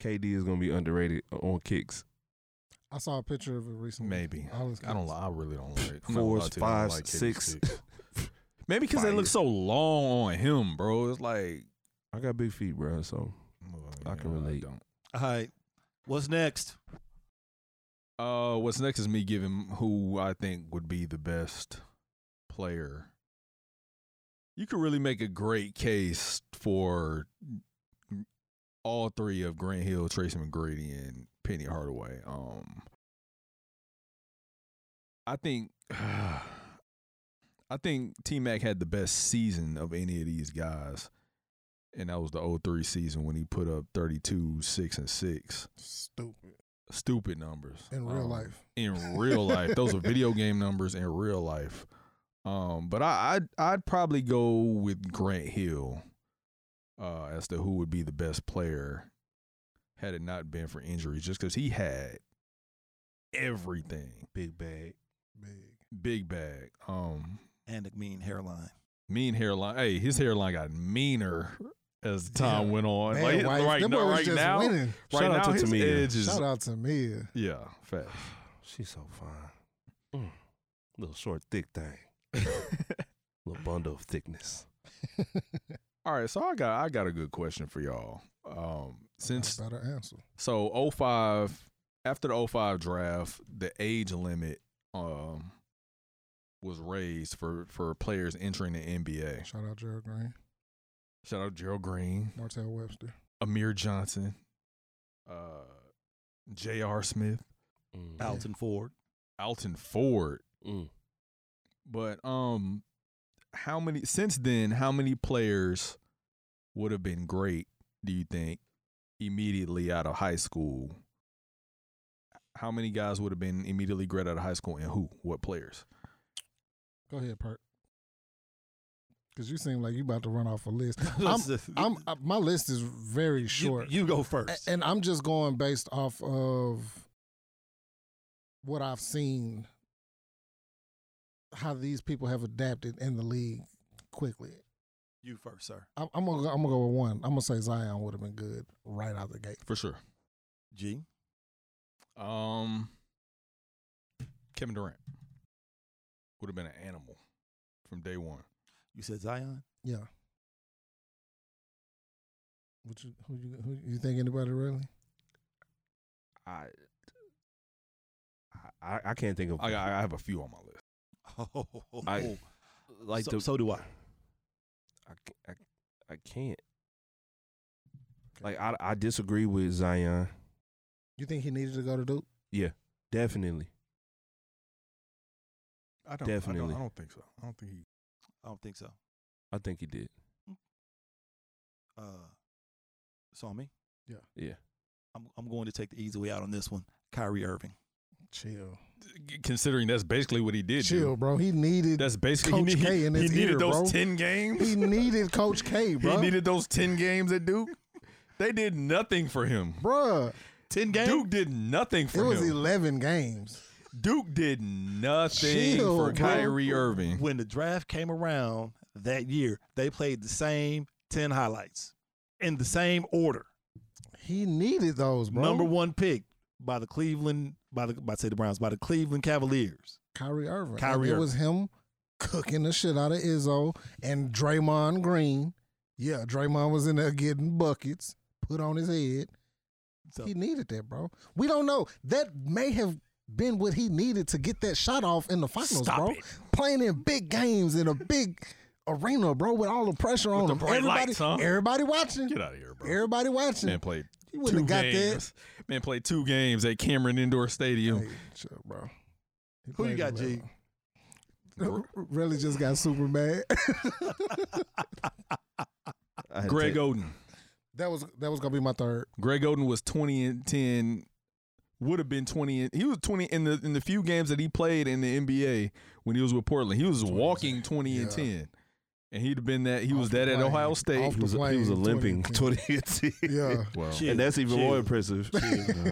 E: KD is gonna be underrated on kicks.
A: I saw a picture of it recently.
C: Maybe.
A: All his
C: I don't
A: kids.
C: lie. I really don't like I'm not gonna
E: Fours,
C: lie to you, I don't
E: fives,
C: like Kevin
E: six.
C: Six. *laughs* Maybe because they look so long on him, bro. It's like
E: I got big feet, bro. So I can relate.
C: don't.
D: All right. What's next?
C: Uh, what's next is me giving who I think would be the best player. You could really make a great case for all three of Grant Hill, Tracy McGrady, and Penny Hardaway. Um, I think, *sighs* I think T Mac had the best season of any of these guys, and that was the 03 season when he put up 32, six and six.
A: Stupid
C: Stupid numbers
A: in real
C: Um,
A: life.
C: in real life. Those are video game numbers in real life. Um, but I, I'd I'd probably go with Grant Hill uh, as to who would be the best player had it not been for injuries, just because he had everything,
E: Big bag.
A: Big.
C: big bag, um,
D: And a mean hairline.
C: mean hairline. Hey, his hairline got meaner as time
A: Yeah.
C: went on.
A: Man,
C: Like,
A: wife,
C: right
A: them
C: now,
A: boys
C: right
A: just
C: now,
A: winning.
C: right
E: Shout
C: now,
E: out to
C: his
E: Tamina.
C: edge is
A: Shout out to Mia.
C: yeah, fat.
E: She's so fine. Mm. Little short, thick thing. *laughs* Little bundle of thickness.
C: All right, so I got I got a good question for y'all. Um, since
A: Got a better answer.
C: So 05 after the 05 draft, the age limit um was raised for for players entering the NBA.
A: Shout out Gerald Green,
C: Shout out Gerald Green,
A: Martell Webster.
C: Amir Johnson, uh J.R. Smith,
E: Mm.
D: Alton *laughs* Ford.
C: Alton Ford.
E: Mm.
C: But um how many since then, how many players would have been great, do you think, immediately out of high school? How many guys would have been immediately great out of high school and who? What players?
A: Go ahead, Perk. Because you seem like you about to run off a
D: *laughs*
A: list. I'm, I'm uh, my list is very
D: you,
A: short,
D: you go
A: A-
D: first.
A: and I'm just going based off of what I've seen, how these people have adapted in the league quickly.
D: you first, sir.
A: I'm, I'm gonna go, I'm gonna go with one. I'm gonna say Zion would have been good right out the gate.
C: For sure.
D: G.
C: Um, Kevin Durant would have been an animal from day one.
D: You said Zion. *laughs*
A: Yeah. What you, who you who you think anybody really?
E: I, I I can't think of.
C: I, I I have a few on my list.
D: Oh,
E: I- like
D: so,
E: the
D: so do I.
E: I, ca- I, I can't. Like I I disagree with Zion
A: You think he needed to go to Duke?
E: definitely.
C: I
E: don't- I don't- Definitely.
C: I
E: I
C: don't think so. I don't think he.
D: I don't think so.
E: I think he did.
D: Uh, saw me.
E: Yeah.
D: I'm I'm going to take the easy way out on this one. Kyrie Irving.
A: Chill,
C: Considering that's basically what he did.
A: chill,
C: dude.
A: bro. He needed
C: That's basically
A: Coach
C: he,
A: K
C: needed-
A: in
C: he
A: his
C: needed
A: ear,
C: those
A: bro.
C: ten games.
A: he needed Coach K, bro.
C: *laughs* He needed those 10 games at Duke. They did nothing for him.
A: Bruh,
D: Ten games.
C: Duke did nothing
A: it
C: for
A: was
C: him.
A: eleven games.
C: Duke did nothing
A: Chill,
C: for
A: bro.
C: Kyrie Irving.
D: When the draft came around that year, they played the same ten highlights in the same order.
A: He needed those, bro.
D: Number one pick by the Cleveland by the by say the Browns by the Cleveland Cavaliers.
A: Kyrie Irving. And
D: Kyrie
A: it was him cooking the shit out of Izzo and Draymond Green. Yeah, Draymond was in there getting buckets put on his head.
D: So
A: He needed that, bro. We don't know. That may have been what he needed to get that shot off in the finals,
D: Stop
A: bro.
D: it.
A: Playing in big games in a big arena, bro, with all the pressure on
C: the
A: him.
C: bright
A: everybody,
C: lights, huh?
A: everybody watching.
C: Get out of here, bro.
A: Everybody watching.
C: Man played
A: you
C: two
A: wouldn't have got that.
C: games. Man played two games at Cameron Indoor Stadium.
A: Hey, chill, bro. He
D: Who you
A: played
D: got,
A: the
D: G?
A: Rebels. *laughs* Really just got super mad.
E: I had
C: Greg
E: to-
C: Oden.
A: that was that was gonna be my
E: *laughs*
A: third.
C: Greg Oden was 20 and 10. Would have been 20. and- He was 20 in the in the few games that he played in the NBA when he was with Portland. He was walking 20 and
A: Yeah.
C: 10. And he'd have been that. He
A: Off
C: was
A: the
C: that at
A: plane.
C: Ohio State.
A: Off
E: He was, he was a
A: plane,
E: limping *laughs*
A: 20.
E: 2018.
A: *laughs* Yeah,
C: Well,
D: Chill,
E: and that's even
D: chill.
E: more impressive.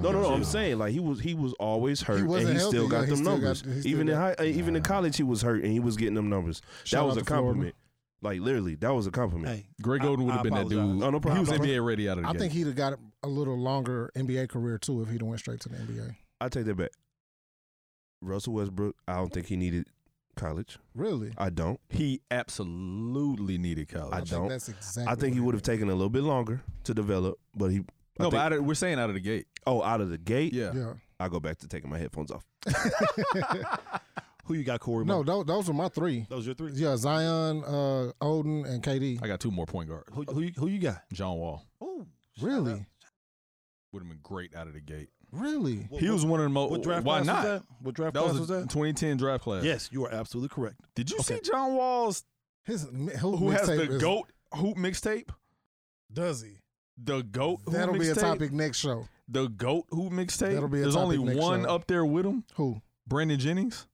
E: no, no, no. I'm saying like he was he was always hurt, and
A: wasn't
E: he
A: healthy,
E: still got
A: yeah, he
E: them
A: still got-
E: numbers.
A: he still
E: even in high,
A: got-
E: uh, even in college, he was hurt, and he was getting them numbers.
A: Shout
E: that was
A: out
E: a
A: to Florida.
E: compliment. Like literally, that was a compliment.
D: hey,
C: Greg
D: I-
C: Oden would
D: I
C: have been that dude.
D: apologize.
E: Oh, no
C: he
E: problem.
C: was NBA ready out of the
A: I
C: gate.
A: think he'd have got a little longer NBA career too if he'd have went straight to the NBA.
E: I take that back. Russell Westbrook, I don't think he needed college.
A: Really,
E: I don't.
C: He absolutely needed college.
E: I
A: think
E: don't.
A: That's exactly.
E: I think he
A: what
E: would have taken a little bit longer to develop, but he. I
C: no, but
E: think-
C: out of, we're saying out of the gate.
E: oh, out of the gate,
C: Yeah.
A: Yeah.
E: I go back to taking my headphones off.
D: Who you got, Corey?
A: No,
D: Mo?
A: those, those were my three.
D: those are your three.
A: Yeah, Zion, uh, Odin, and KD.
C: I got two more point guards.
D: Who, who you who you got?
C: John Wall
D: Oh,
A: Really,
C: would have been great out of the gate.
A: really.
C: he was one of the most.
D: What draft
C: Oh, why
D: class
C: not?
D: was that? What draft
C: That
D: class
C: was,
D: was
C: a
D: that?
C: 2010 draft class.
D: Yes, you are absolutely correct.
C: Did you see
D: Okay.
C: John Wall's
A: His who,
C: who has the goat hoop mixtape?
A: Does he?
C: The goat. Hoop
A: That'll be a
C: mixtape?
A: topic next show.
C: The goat hoop mixtape.
A: That'll be a
C: There's only
A: topic next
C: one
A: show.
C: up there with him.
A: Who? *laughs*
C: Brandon Jennings.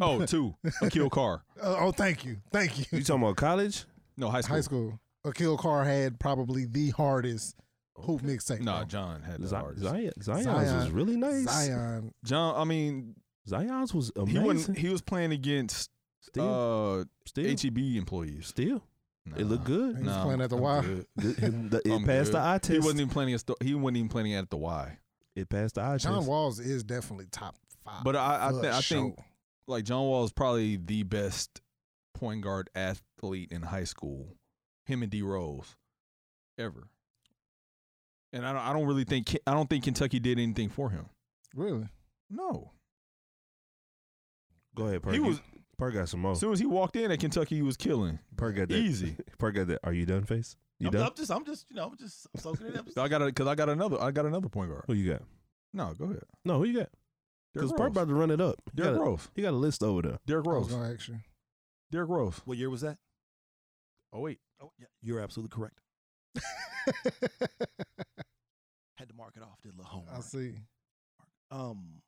C: Oh, two. Akil Carr.
A: Uh, oh, thank you, thank you.
E: You talking
C: *laughs*
E: about college?
C: No, high school.
A: *laughs* High school. Akil Carr had probably the hardest hoop mixtape.
C: Nah,
A: bro.
C: John had the
E: Zion,
C: hardest.
E: Zion, Zion's was
A: Zion.
E: really nice.
A: Zion.
C: John, I mean,
E: Zion's was
C: he
E: amazing.
C: wasn't. He was playing against
E: still,
C: uh
E: still,
C: HEB employees.
E: still, it looked
A: He
E: good.
A: was playing at the Y.
C: *laughs*
E: Th- him- the- it
C: I'm
E: passed
C: good.
E: the eye test.
C: He wasn't even playing against. The, he wasn't even playing at the Y.
E: it passed the eye
A: John
E: test.
A: Walls is definitely top five.
C: But I, I,
A: for
C: thi- I think
A: sure.
C: like John Wall is probably the best point guard athlete in high school. Him and D Rose, ever. And I don't. I don't really think. Ke- I don't think Kentucky did anything for him.
A: really,
C: No.
E: Go ahead, Perk.
C: He
E: You-
C: was
E: Perk got some more.
C: as soon as he walked in at Kentucky, he was
E: *laughs*
C: killing.
E: Perk got Oh. that.
C: Easy.
E: Perk got that. Are you done, face? You
D: I'm,
E: done?
D: I'm just I'm just you know I'm just soaking it up.
C: I got because I got another. I got another point guard.
E: Who you got?
C: No, go ahead.
E: No, who you got?
C: Derrick
E: Because Perk
C: Rose.
E: about Oh, to run it up. He
C: Derrick
E: got, a,
C: Rose.
E: he got a list over there.
C: Derrick
A: I was
C: Rose.
A: gonna ask you.
C: Derrick Rose.
D: *laughs* What year was that?
C: Oh wait.
D: Oh, yeah, you're absolutely correct.
C: *laughs*
D: Had to mark it off. Did a little
A: I
D: homework.
A: see.
D: Um,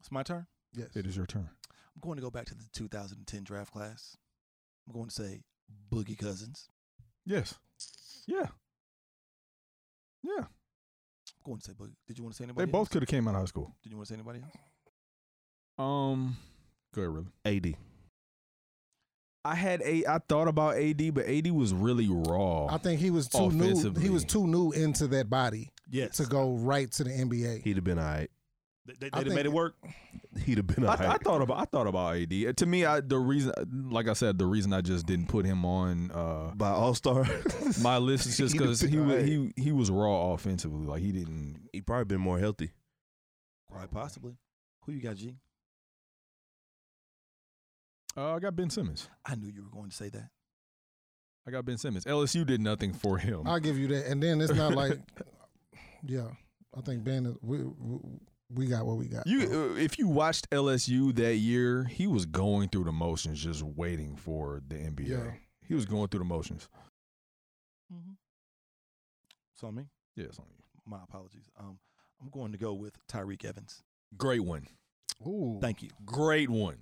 D: it's my turn.
A: Yes.
C: It is your turn.
D: I'm going to go back to the 2010 draft class. I'm going to say Boogie Cousins.
C: Yes. Yeah. Yeah.
D: I'm going to say Boogie. Did you want to say
C: They
D: anybody?
C: both
D: else?
C: could have came out of high school.
D: Did you want to say anybody else?
C: Um. Go ahead, really.
E: AD.
C: I had a. I thought about AD, but AD was really raw.
A: I think he was too new. He was
C: Offensively.
A: too new into that body
D: Yes.
A: to go right to the NBA.
E: He'd have been all right. *laughs*
D: They, they,
A: I
D: they done made it
A: think-
D: work.
E: He'd have been
C: I,
E: all
C: I
E: right.
C: thought about I thought about AD. Uh, To me, I the reason, like I said, the reason I just didn't put him on *laughs* uh,
E: By All *laughs* Star,
C: my list is just
E: He'd have
C: because
E: been
C: he was,
E: alright.
C: he he was raw offensively. Like he didn't.
E: he probably been more healthy.
D: Quite possibly. Who you got, G?
C: Uh, I got Ben Simmons.
D: I knew you were going to say that.
C: I got Ben Simmons. LSU did nothing for him.
A: I'll give you that. And then it's not
C: *laughs*
A: like, yeah, I think Ben, is- we we, we got what we got. bro.
C: You, uh, if you watched LSU that year, he was going through the motions, just waiting for the NBA.
A: Yeah.
C: He was going through the motions.
D: Mm-hmm. So I mean,
C: Yeah, it's on you.
D: my apologies. Um, I'm going to go with Tyreek Evans.
C: great one, uh,
A: Ooh,
D: Thank you.
C: great one,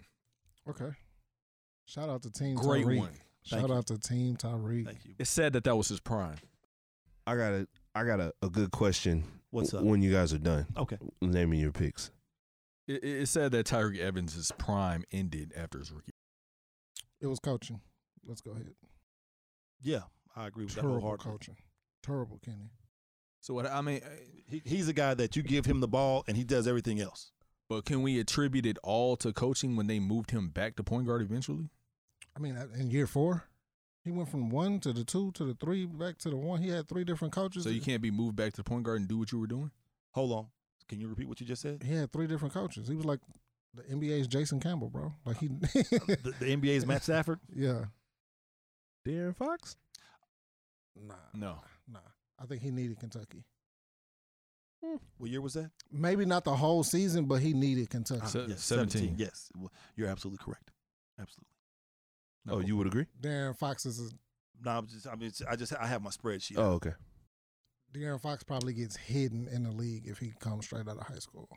A: okay. Shout out to Team
C: great
A: Tyreek.
C: one.
A: Shout
D: Thank you.
A: out to Team Tyreek.
D: Thank you.
C: It's sad that that was his prime.
E: I got a I got a, a good question.
D: What's
E: w-
D: up?
E: When you guys are done,
D: Okay.
E: naming your picks.
C: It, it- it's sad that Tyreek Evans' prime ended after his rookie.
A: It was coaching. Let's go ahead.
D: Yeah, I agree with that
A: Terrible
D: wholeheartedly.
A: coaching. Terrible, Kenny.
C: So what I mean,
D: He, he's a guy that you give him the ball and he does everything else.
C: but can we attribute it all to coaching when they moved him back to point guard eventually?
A: I mean, uh, in year four, he went from one to the two to the three back to the one. He had three different coaches.
C: So you can't be moved back to the point guard and do what you were doing.
D: Hold on. Can you repeat what you
A: *laughs*
D: just said?
A: He had three different coaches. He was like the NBA's Jason Campbell, bro. Like
C: *laughs*
A: he, *laughs*
D: the, the NBA's Matt Stafford.
A: yeah,
E: Darren Fox.
A: nah,
C: No.
A: nah. I think he needed Kentucky.
D: What year was that?
A: Maybe not the whole season, but he needed Kentucky.
D: Ah,
C: Se- 17.
D: Yes, Well, you're absolutely correct. Absolutely.
E: Oh, you would
C: Uh-huh.
E: agree?
A: Darren Fox is a,
D: No, I'm just. I mean, it's- I just. I have my spreadsheet.
E: Oh, okay.
A: Darren Fox probably gets hidden in the league if he comes straight out of high school.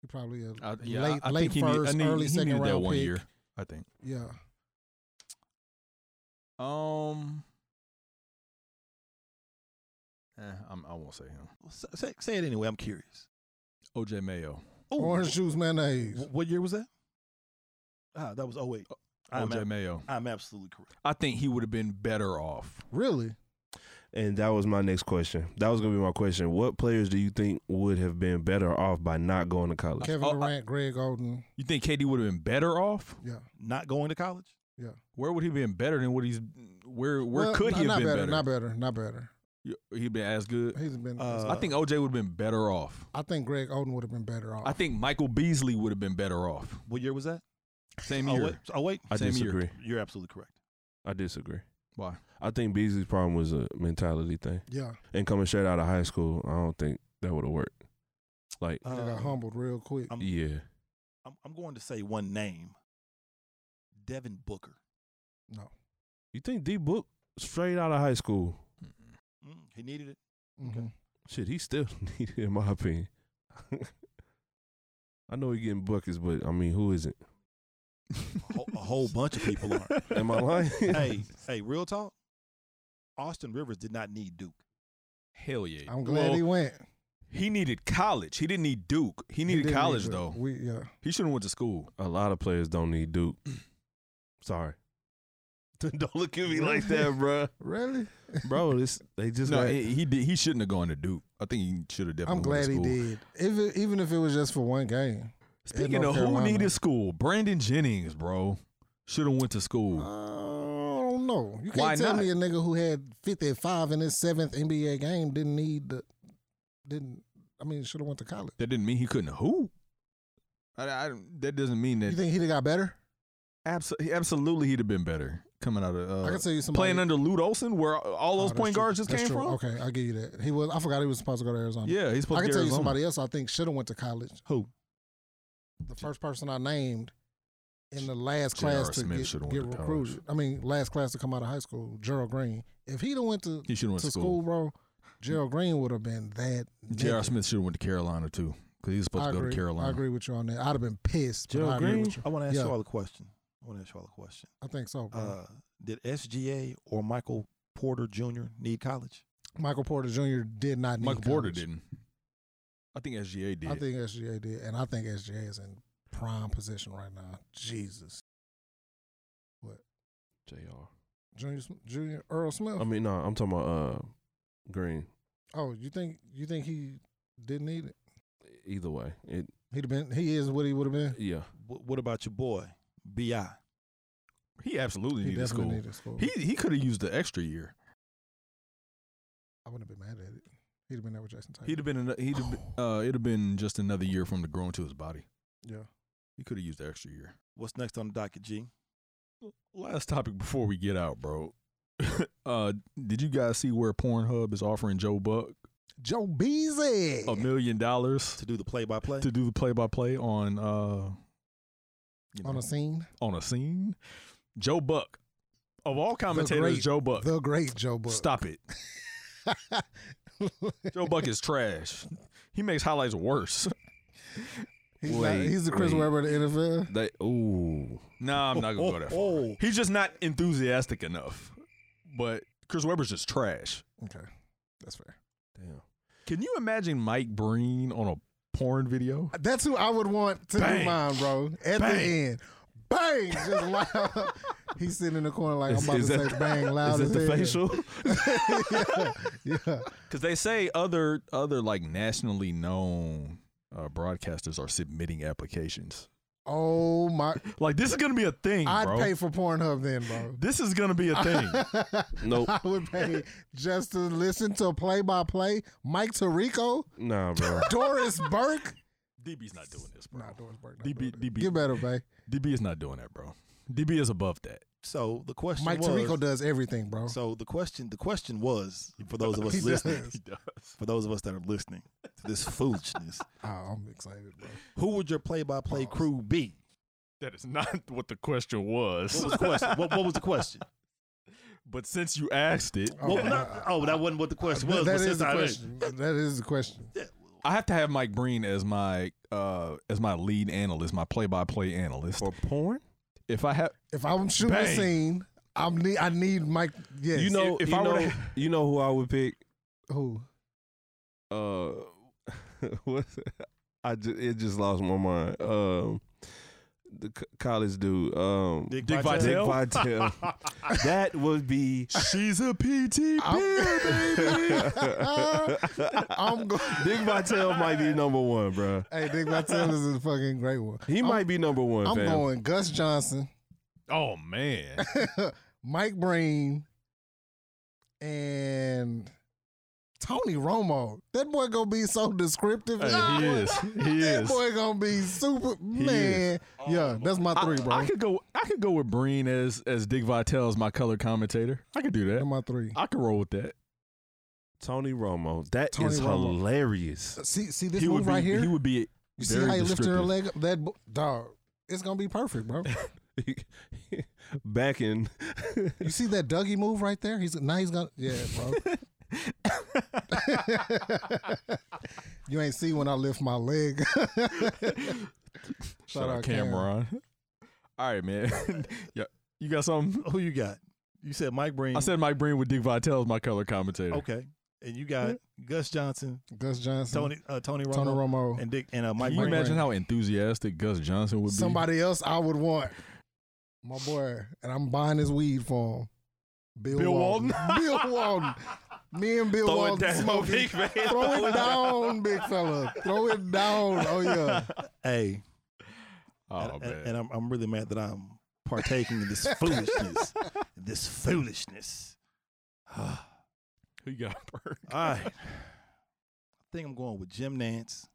A: He probably a
C: I, Uh, yeah,
A: late,
C: I, I
A: late
C: think he need-
A: first,
C: I need,
A: early
C: he
A: second
C: needed
A: round
C: that one
A: pick.
C: year. I think.
A: Yeah,
C: Um, eh, I'm, I won't say him.
D: Well, sa- Say, say it anyway. I'm curious.
C: OJ Mayo.
D: Ooh,
A: orange juice mayonnaise.
D: wh- What year was that? Ah, that was 08. I'm,
C: OJ
D: ab-
C: Mayo.
D: I'm absolutely correct.
C: I think he would have been better off.
A: Really?
E: And that was my next question. That was gonna be my question. What players do you think would have been better off by not going to college?
A: Kevin
C: Oh, I-
A: Durant, Greg Oden.
C: You think KD would have been better off?
A: Yeah.
D: Not going to college.
C: Where would he been better than what he's? Where where
A: Well,
C: could
A: no,
C: he have
A: not
C: been better?
A: Not better. Not better.
C: You- He'd been as good.
A: He's been.
D: Uh,
C: I think OJ would have been better off.
A: I think Greg Oden would have been better off.
C: I think Michael Beasley would have been better off.
D: What year was that?
C: Same
D: Oh
C: year.
D: wait. Oh wait.
E: I
C: Same year.
E: disagree.
D: You're absolutely correct.
E: I disagree.
C: Why?
E: I think Beasley's problem was a mentality thing.
A: yeah,
E: And coming straight out of high school, I don't think that would have worked. Like,
A: they
C: uh,
A: got humbled real quick.
D: I'm,
E: yeah,
D: I'm, I'm going to say one name. Devin Booker.
A: no,
E: you think D Book straight out of high school?
D: Mm, he needed it.
A: hmm
E: Shit, he still *laughs* needed, in my opinion. *laughs* I know he getting buckets, but I mean, who isn't?
D: A whole, a whole bunch of people
A: *laughs*
D: are.
E: Am I lying?
C: *laughs*
E: *laughs*
D: hey, hey, real talk. Austin Rivers did not need Duke.
C: Hell yeah.
A: I'm glad
C: Well,
A: he went.
C: he needed college. He didn't need Duke. He needed
A: didn't
C: college
A: need to-
C: though.
A: We yeah.
C: He should have went to school.
E: A lot of players don't need Duke. Sorry. don't look at me
C: *laughs*
E: like that, bro.
A: Really?
E: Bro, this they just
C: No,
E: got-
C: he he, did, he shouldn't have gone to Duke. I think he should have definitely.
A: I'm glad
C: went to
A: he
C: school.
A: did. Even even if it was just for one game.
C: Speaking
A: North
C: of who
A: Carolina.
C: needed school, Brandon Jennings, bro, should have went to school.
A: I don't know. You can't
C: Why
A: tell
C: not?
A: me a nigga who had 55 in his seventh NBA game didn't need the didn't. I mean, should have went to college.
C: that didn't mean he couldn't hoop. I, I- that doesn't mean
A: You
C: that.
A: think he'd have got better?
C: Absolutely, absolutely, he'd have been better coming out of. Uh,
A: I can tell you somebody
C: playing under Lute Olson, where
A: Oh,
C: all those
A: that's
C: point
A: true.
C: guards just
A: That's
C: came
A: true.
C: from.
A: Okay, I'll give you that. He was. I forgot he was supposed to go to Arizona.
C: Yeah, he's supposed
A: I can
C: to get
A: tell you
C: Arizona.
A: somebody else I think should have went to college.
D: Who?
A: The first person I named in the last
C: J.R.
A: class to
C: Smith
A: get,
C: shoulda went
A: get
C: to college.
A: recruited. I mean, last class to come out of high school, Gerald Green. If he'd have went to,
C: He should have went
A: to school, bro, Gerald Green would have been that.
C: J.R.
A: nigga.
C: Smith should have went to Carolina too, because he was supposed
A: I
C: to go
A: agree,
C: to Carolina.
A: I agree with you on that. I'd have been pissed. but
E: Gerald
A: I agree
E: Green?
A: with you.
D: I want to ask
A: Yeah.
D: y'all a question. I want to ask y'all a question.
A: I think so, bro.
D: Uh, did SGA or Michael Porter Jr. need college?
A: Michael Porter Jr. did not need
C: Michael Porter
A: college.
C: didn't. I think SGA did.
A: I think SGA did, and I think SGA is in prime position right now. Jesus,
E: Jr.
A: Junior, Sm- Junior Earl Smith.
E: I mean, no, I'm talking about uh, Green.
A: oh, you think you think he didn't need it?
E: Either way, it
A: He'd have been. He is what he would have been.
E: yeah.
D: Wh- what about your boy, Bi?
C: he absolutely
A: He
C: needed
A: definitely
C: school.
A: needed school.
C: He he could have used the extra year.
A: I wouldn't have been mad at it. He'd have been there with Jason Tatum.
C: He'd have been. an- He'd have been, uh, it'd have been just another year from the growing to his body.
A: yeah.
C: He could have used the extra year.
D: What's next on the docket, G?
C: Last topic before we get out, bro. *laughs* uh, did you guys see where Pornhub is offering Joe Buck
A: Joe Beasley.
C: a million dollars
D: To do the play-by-play?
C: to do the play-by-play on uh
A: on
C: you know,
A: the scene,
C: on a scene? Joe Buck, of all commentators,
A: great-
C: Joe Buck.
A: the great Joe Buck. *laughs*
C: Stop it. Joe Buck is trash. He makes highlights worse.
A: he's, not,
E: Wait,
A: he's the Chris
E: wait.
A: Webber of the NFL.
E: They ooh.
C: Nah, I'm not gonna
A: *laughs*
C: go that far.
D: Oh,
C: He's just not enthusiastic enough. But Chris Webber's just trash.
A: Okay, that's fair.
E: Damn.
C: Can you imagine Mike Breen on a porn video?
A: That's who I would want to do
C: Bang.
A: mine, bro. At the
C: Bang.
A: end, bang, just loud. he's sitting in the corner like I'm about
E: Is-
A: to
E: is that-
A: say bang loud as
E: Is it the
A: hell.
C: *laughs*
E: facial?
A: yeah, yeah.
C: Because they say other other like nationally known uh, broadcasters are submitting applications.
A: Oh my!
C: Like this is gonna be a thing,
A: I'd
C: bro.
A: pay for Pornhub then, bro.
C: this is gonna be
A: *laughs*
C: a thing.
E: nope.
A: I would pay just to listen to play by play. Mike Tirico,
E: Nah, bro.
A: Doris
E: *laughs*
A: Burke.
C: DB's not doing this, bro.
A: Nah, Doris Burke. not
C: DB,
A: doing that.
C: DB,
A: Get better, babe.
C: DB is not doing that, bro. DB is above
A: *laughs*
C: that.
D: so the question
A: Mike
D: was.
A: Tirico does everything, bro.
D: So the question, the question was for those of
A: *laughs* He
D: us
C: *laughs*
D: listening,
A: does.
C: He does.
D: for those of us that are listening to this foolishness,
A: Oh, I'm excited, bro.
D: who would your play-by-play
A: Pause.
D: crew be?
C: That is not what the question was.
D: What was the question? what, what was the question?
C: But since you asked it,
A: Oh,
D: Well, not-
A: uh,
D: oh, that wasn't what the question was.
A: that
D: but
A: is
D: since
A: the
D: I-
A: question. That is the question.
D: Yeah,
C: I have to have Mike Breen as my uh as my lead analyst, my play-by-play analyst.
E: For porn?
C: If I have,
A: If I'm shooting a
C: Bang.
A: scene, I'm need I need Mike. Yes,
E: You know,
C: If- if
E: you
C: I
E: know,
C: would've- *laughs*
E: you know who I would pick.
A: who?
E: Uh, *laughs* what? I just, it just lost my mind. Um, the c- college dude. Um,
D: Dick,
C: Dick
D: Vitale.
E: Dick
C: Vitale.
E: Vitale.
C: *laughs*
E: that would be.
C: she's a PT
A: I'm, *laughs*
E: *laughs*
A: I'm going.
E: Dick Vitale might be number one, bro.
A: Hey, Dick Vitale is a fucking great one.
E: He
A: I'm-
E: might be number one.
A: I'm
E: fam.
A: going Gus Johnson, *laughs*
C: oh man,
A: Mike Breen, and Tony Romo. That boy gonna be so descriptive.
C: Hey, he is. He
A: that
C: is.
A: boy gonna be super man. Yeah, that's my three, bro.
C: I could go. I could go with Breen as as Dick Vitale as my color commentator. I could do
A: that's
C: that.
A: my three.
C: I could roll with that.
E: Tony Romo. That is
A: Tony Romo.
E: hilarious.
A: See, see this
C: he
A: move
C: would be.
A: right here.
C: He would be.
A: you see
C: very
A: how you lifted her
C: descriptive.
A: leg up? That bo- dog. It's gonna be perfect,
C: *laughs*
A: bro.
E: *laughs* Back in.
A: You see that Dougie move right there? He's now he's gonna yeah,
C: *laughs*
A: bro. *laughs* you ain't see when I lift my leg. *laughs*
C: Shout
A: out
C: out Cameron. *laughs* All right, man. *laughs* yeah, you got something?
D: Who you got? You said Mike Breen.
C: I said Mike Breen with Dick Vitale as my color commentator.
D: okay, and you got Gus Johnson,
A: Gus Johnson,
D: Tony, uh, Tony Romo,
A: Mm-hmm. Tony Romo.
D: and Dick, and uh, Mike
C: Can you
D: Breen.
C: imagine how enthusiastic Gus Johnson would be?
A: Somebody else I would want. My boy, and I'm buying his weed for him. Bill,
C: Bill Walton.
A: *laughs* Bill Walton. Me and Bill
E: Throw it
A: Walton.
E: down,
A: smoking.
E: big man.
A: Throw it down, big fella. Throw it down. Oh yeah.
D: Hey,
C: Oh
D: and,
C: man.
D: and, and I'm, I'm really mad that I'm partaking in this foolishness. This foolishness. All
C: Who you got, Berg?
D: right. I think I'm going with Jim Nance,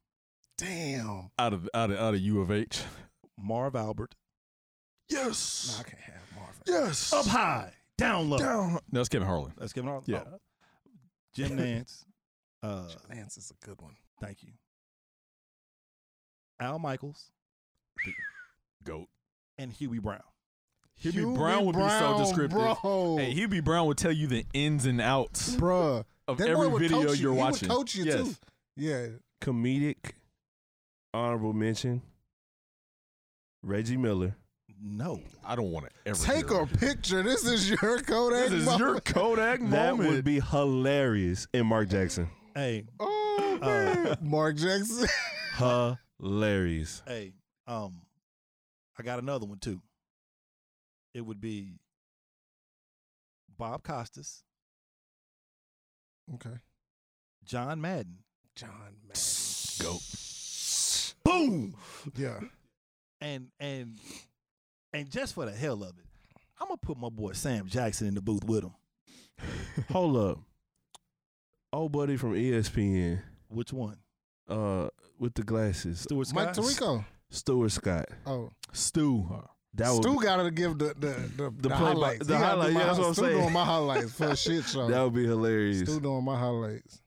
A: Damn.
C: Out of out of out of U of H.
D: Marv Albert.
A: Nah,
C: Yes.
A: I can't have Marvin.
C: Yes.
D: Up high, down low.
C: Down. No, that's Kevin Harlan.
D: That's Kevin Hart.
C: Yeah.
D: Oh, Jim Nance. Uh,
A: Lance is a good one.
D: thank you. Al Michaels.
C: Goat.
D: and Huey Brown.
C: Hubie Brown would be so descriptive.
A: Bro.
C: Hey, Hubie Brown would tell you the ins and outs
A: Bruh.
C: of
A: That boy
C: every
A: would
C: video
A: coach you.
C: you're
A: He would
C: watching.
A: coach you,
C: yes.
A: too. Yeah.
E: Comedic honorable mention. Reggie Miller.
D: No,
C: I don't want to ever
A: Take
C: hear
A: a *laughs*
C: it.
A: picture. This is your Kodak.
C: This is
A: moment. *laughs*
C: your Kodak
E: That
C: moment.
E: would be hilarious in Mark Jackson.
D: hey,
A: Oh, man. Mark Jackson.
E: Hilarious.
D: hey, um, I got another one too. It would be Bob Costas,
A: *laughs* okay.
D: John Madden,
A: John Madden.
C: Go.
D: boom,
A: Yeah.
D: and and and just for the hell of it, I'm gonna put my boy Sam Jackson in the booth with him.
E: Hold up. Old buddy from E ESPN,
D: Which one?
E: uh, with the glasses.
D: Stuart
A: Mike
D: Scott.
A: Tirico.
E: Stewart Scott.
A: Oh.
C: Stu.
E: That would
A: Stu got to give the the the, the,
E: play-by-
A: highlights.
E: the
A: He gotta do
E: highlights,
A: my
E: yeah, that's
A: hi-
E: what I'm
A: Stu
E: saying.
A: doing my highlights for a
E: *laughs*
A: shit show.
E: that would be hilarious.
A: Stu doing my highlights.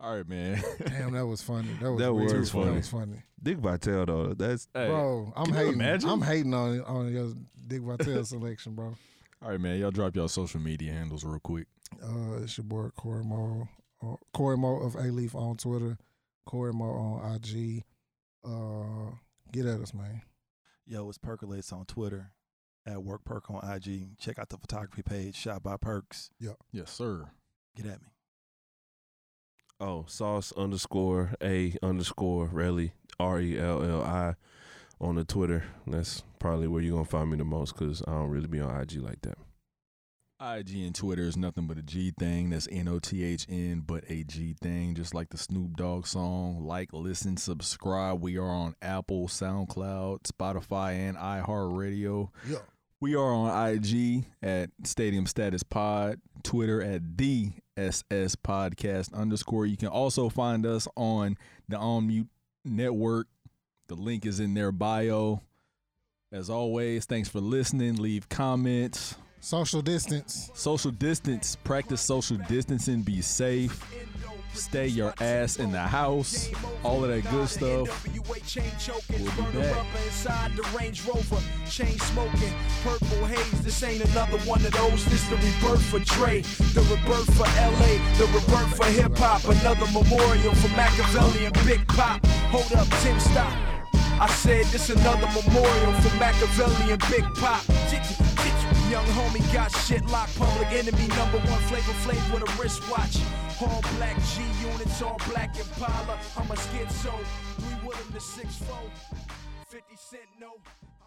C: All right, man. *laughs*
A: Damn, that was funny. That was
E: That
A: really
E: was
A: That
E: funny.
A: was funny,
E: Dick Vitale though. That's
C: Hey,
A: bro. I'm
C: can you
A: hating.
C: imagine?
A: I'm hating on on your Dick Vitale selection, bro.
C: All right, man. Y'all drop y'all social media handles real quick.
A: Uh, it's your boy Corey Mo, uh, Corey Mo of A Leaf on Twitter, Corey Mo on IG. Uh, get at us, man.
D: Yo, it's Percolates on Twitter, at Work Perk on IG. Check out the photography page, Shot by Perks.
C: Yes, sir.
D: Get at me.
E: oh sauce underscore a underscore Relly R E L L I on the Twitter. That's probably where you're gonna find me the most because I don't really be on IG like that.
C: IG and Twitter is nothing but a G thing. That's N O T H N, but a G thing. Just like the Snoop Dogg song. Like, listen, subscribe. We are on Apple, SoundCloud, Spotify, and iHeartRadio.
A: Yeah.
C: We are on IG at Stadium Status Pod, Twitter at DSS Podcast underscore. You can also find us on the On Mute Network. The link is in their bio. As always, thanks for listening. Leave comments.
A: Social distance.
C: Social distance. Practice social distancing. Be safe. Stay your ass in the house. All of that good stuff.
G: NWA chain choking,
C: We'll be
G: burn
C: back.
G: her up inside the Range Rover, chain smoking, purple haze. This ain't another one of those. This the rebirth for Dre, the rebirth for LA, the rebirth for hip hop. Another memorial for Machiavelli and Big Pop. Hold up, Tim, stop. I said this another memorial for Machiavelli and Big Pop. Young homie got shit locked. Public enemy number one flavor flame with a wristwatch. All black G units, all black Impala. I'm a schizo. Three with him to six four. 50 cent, no.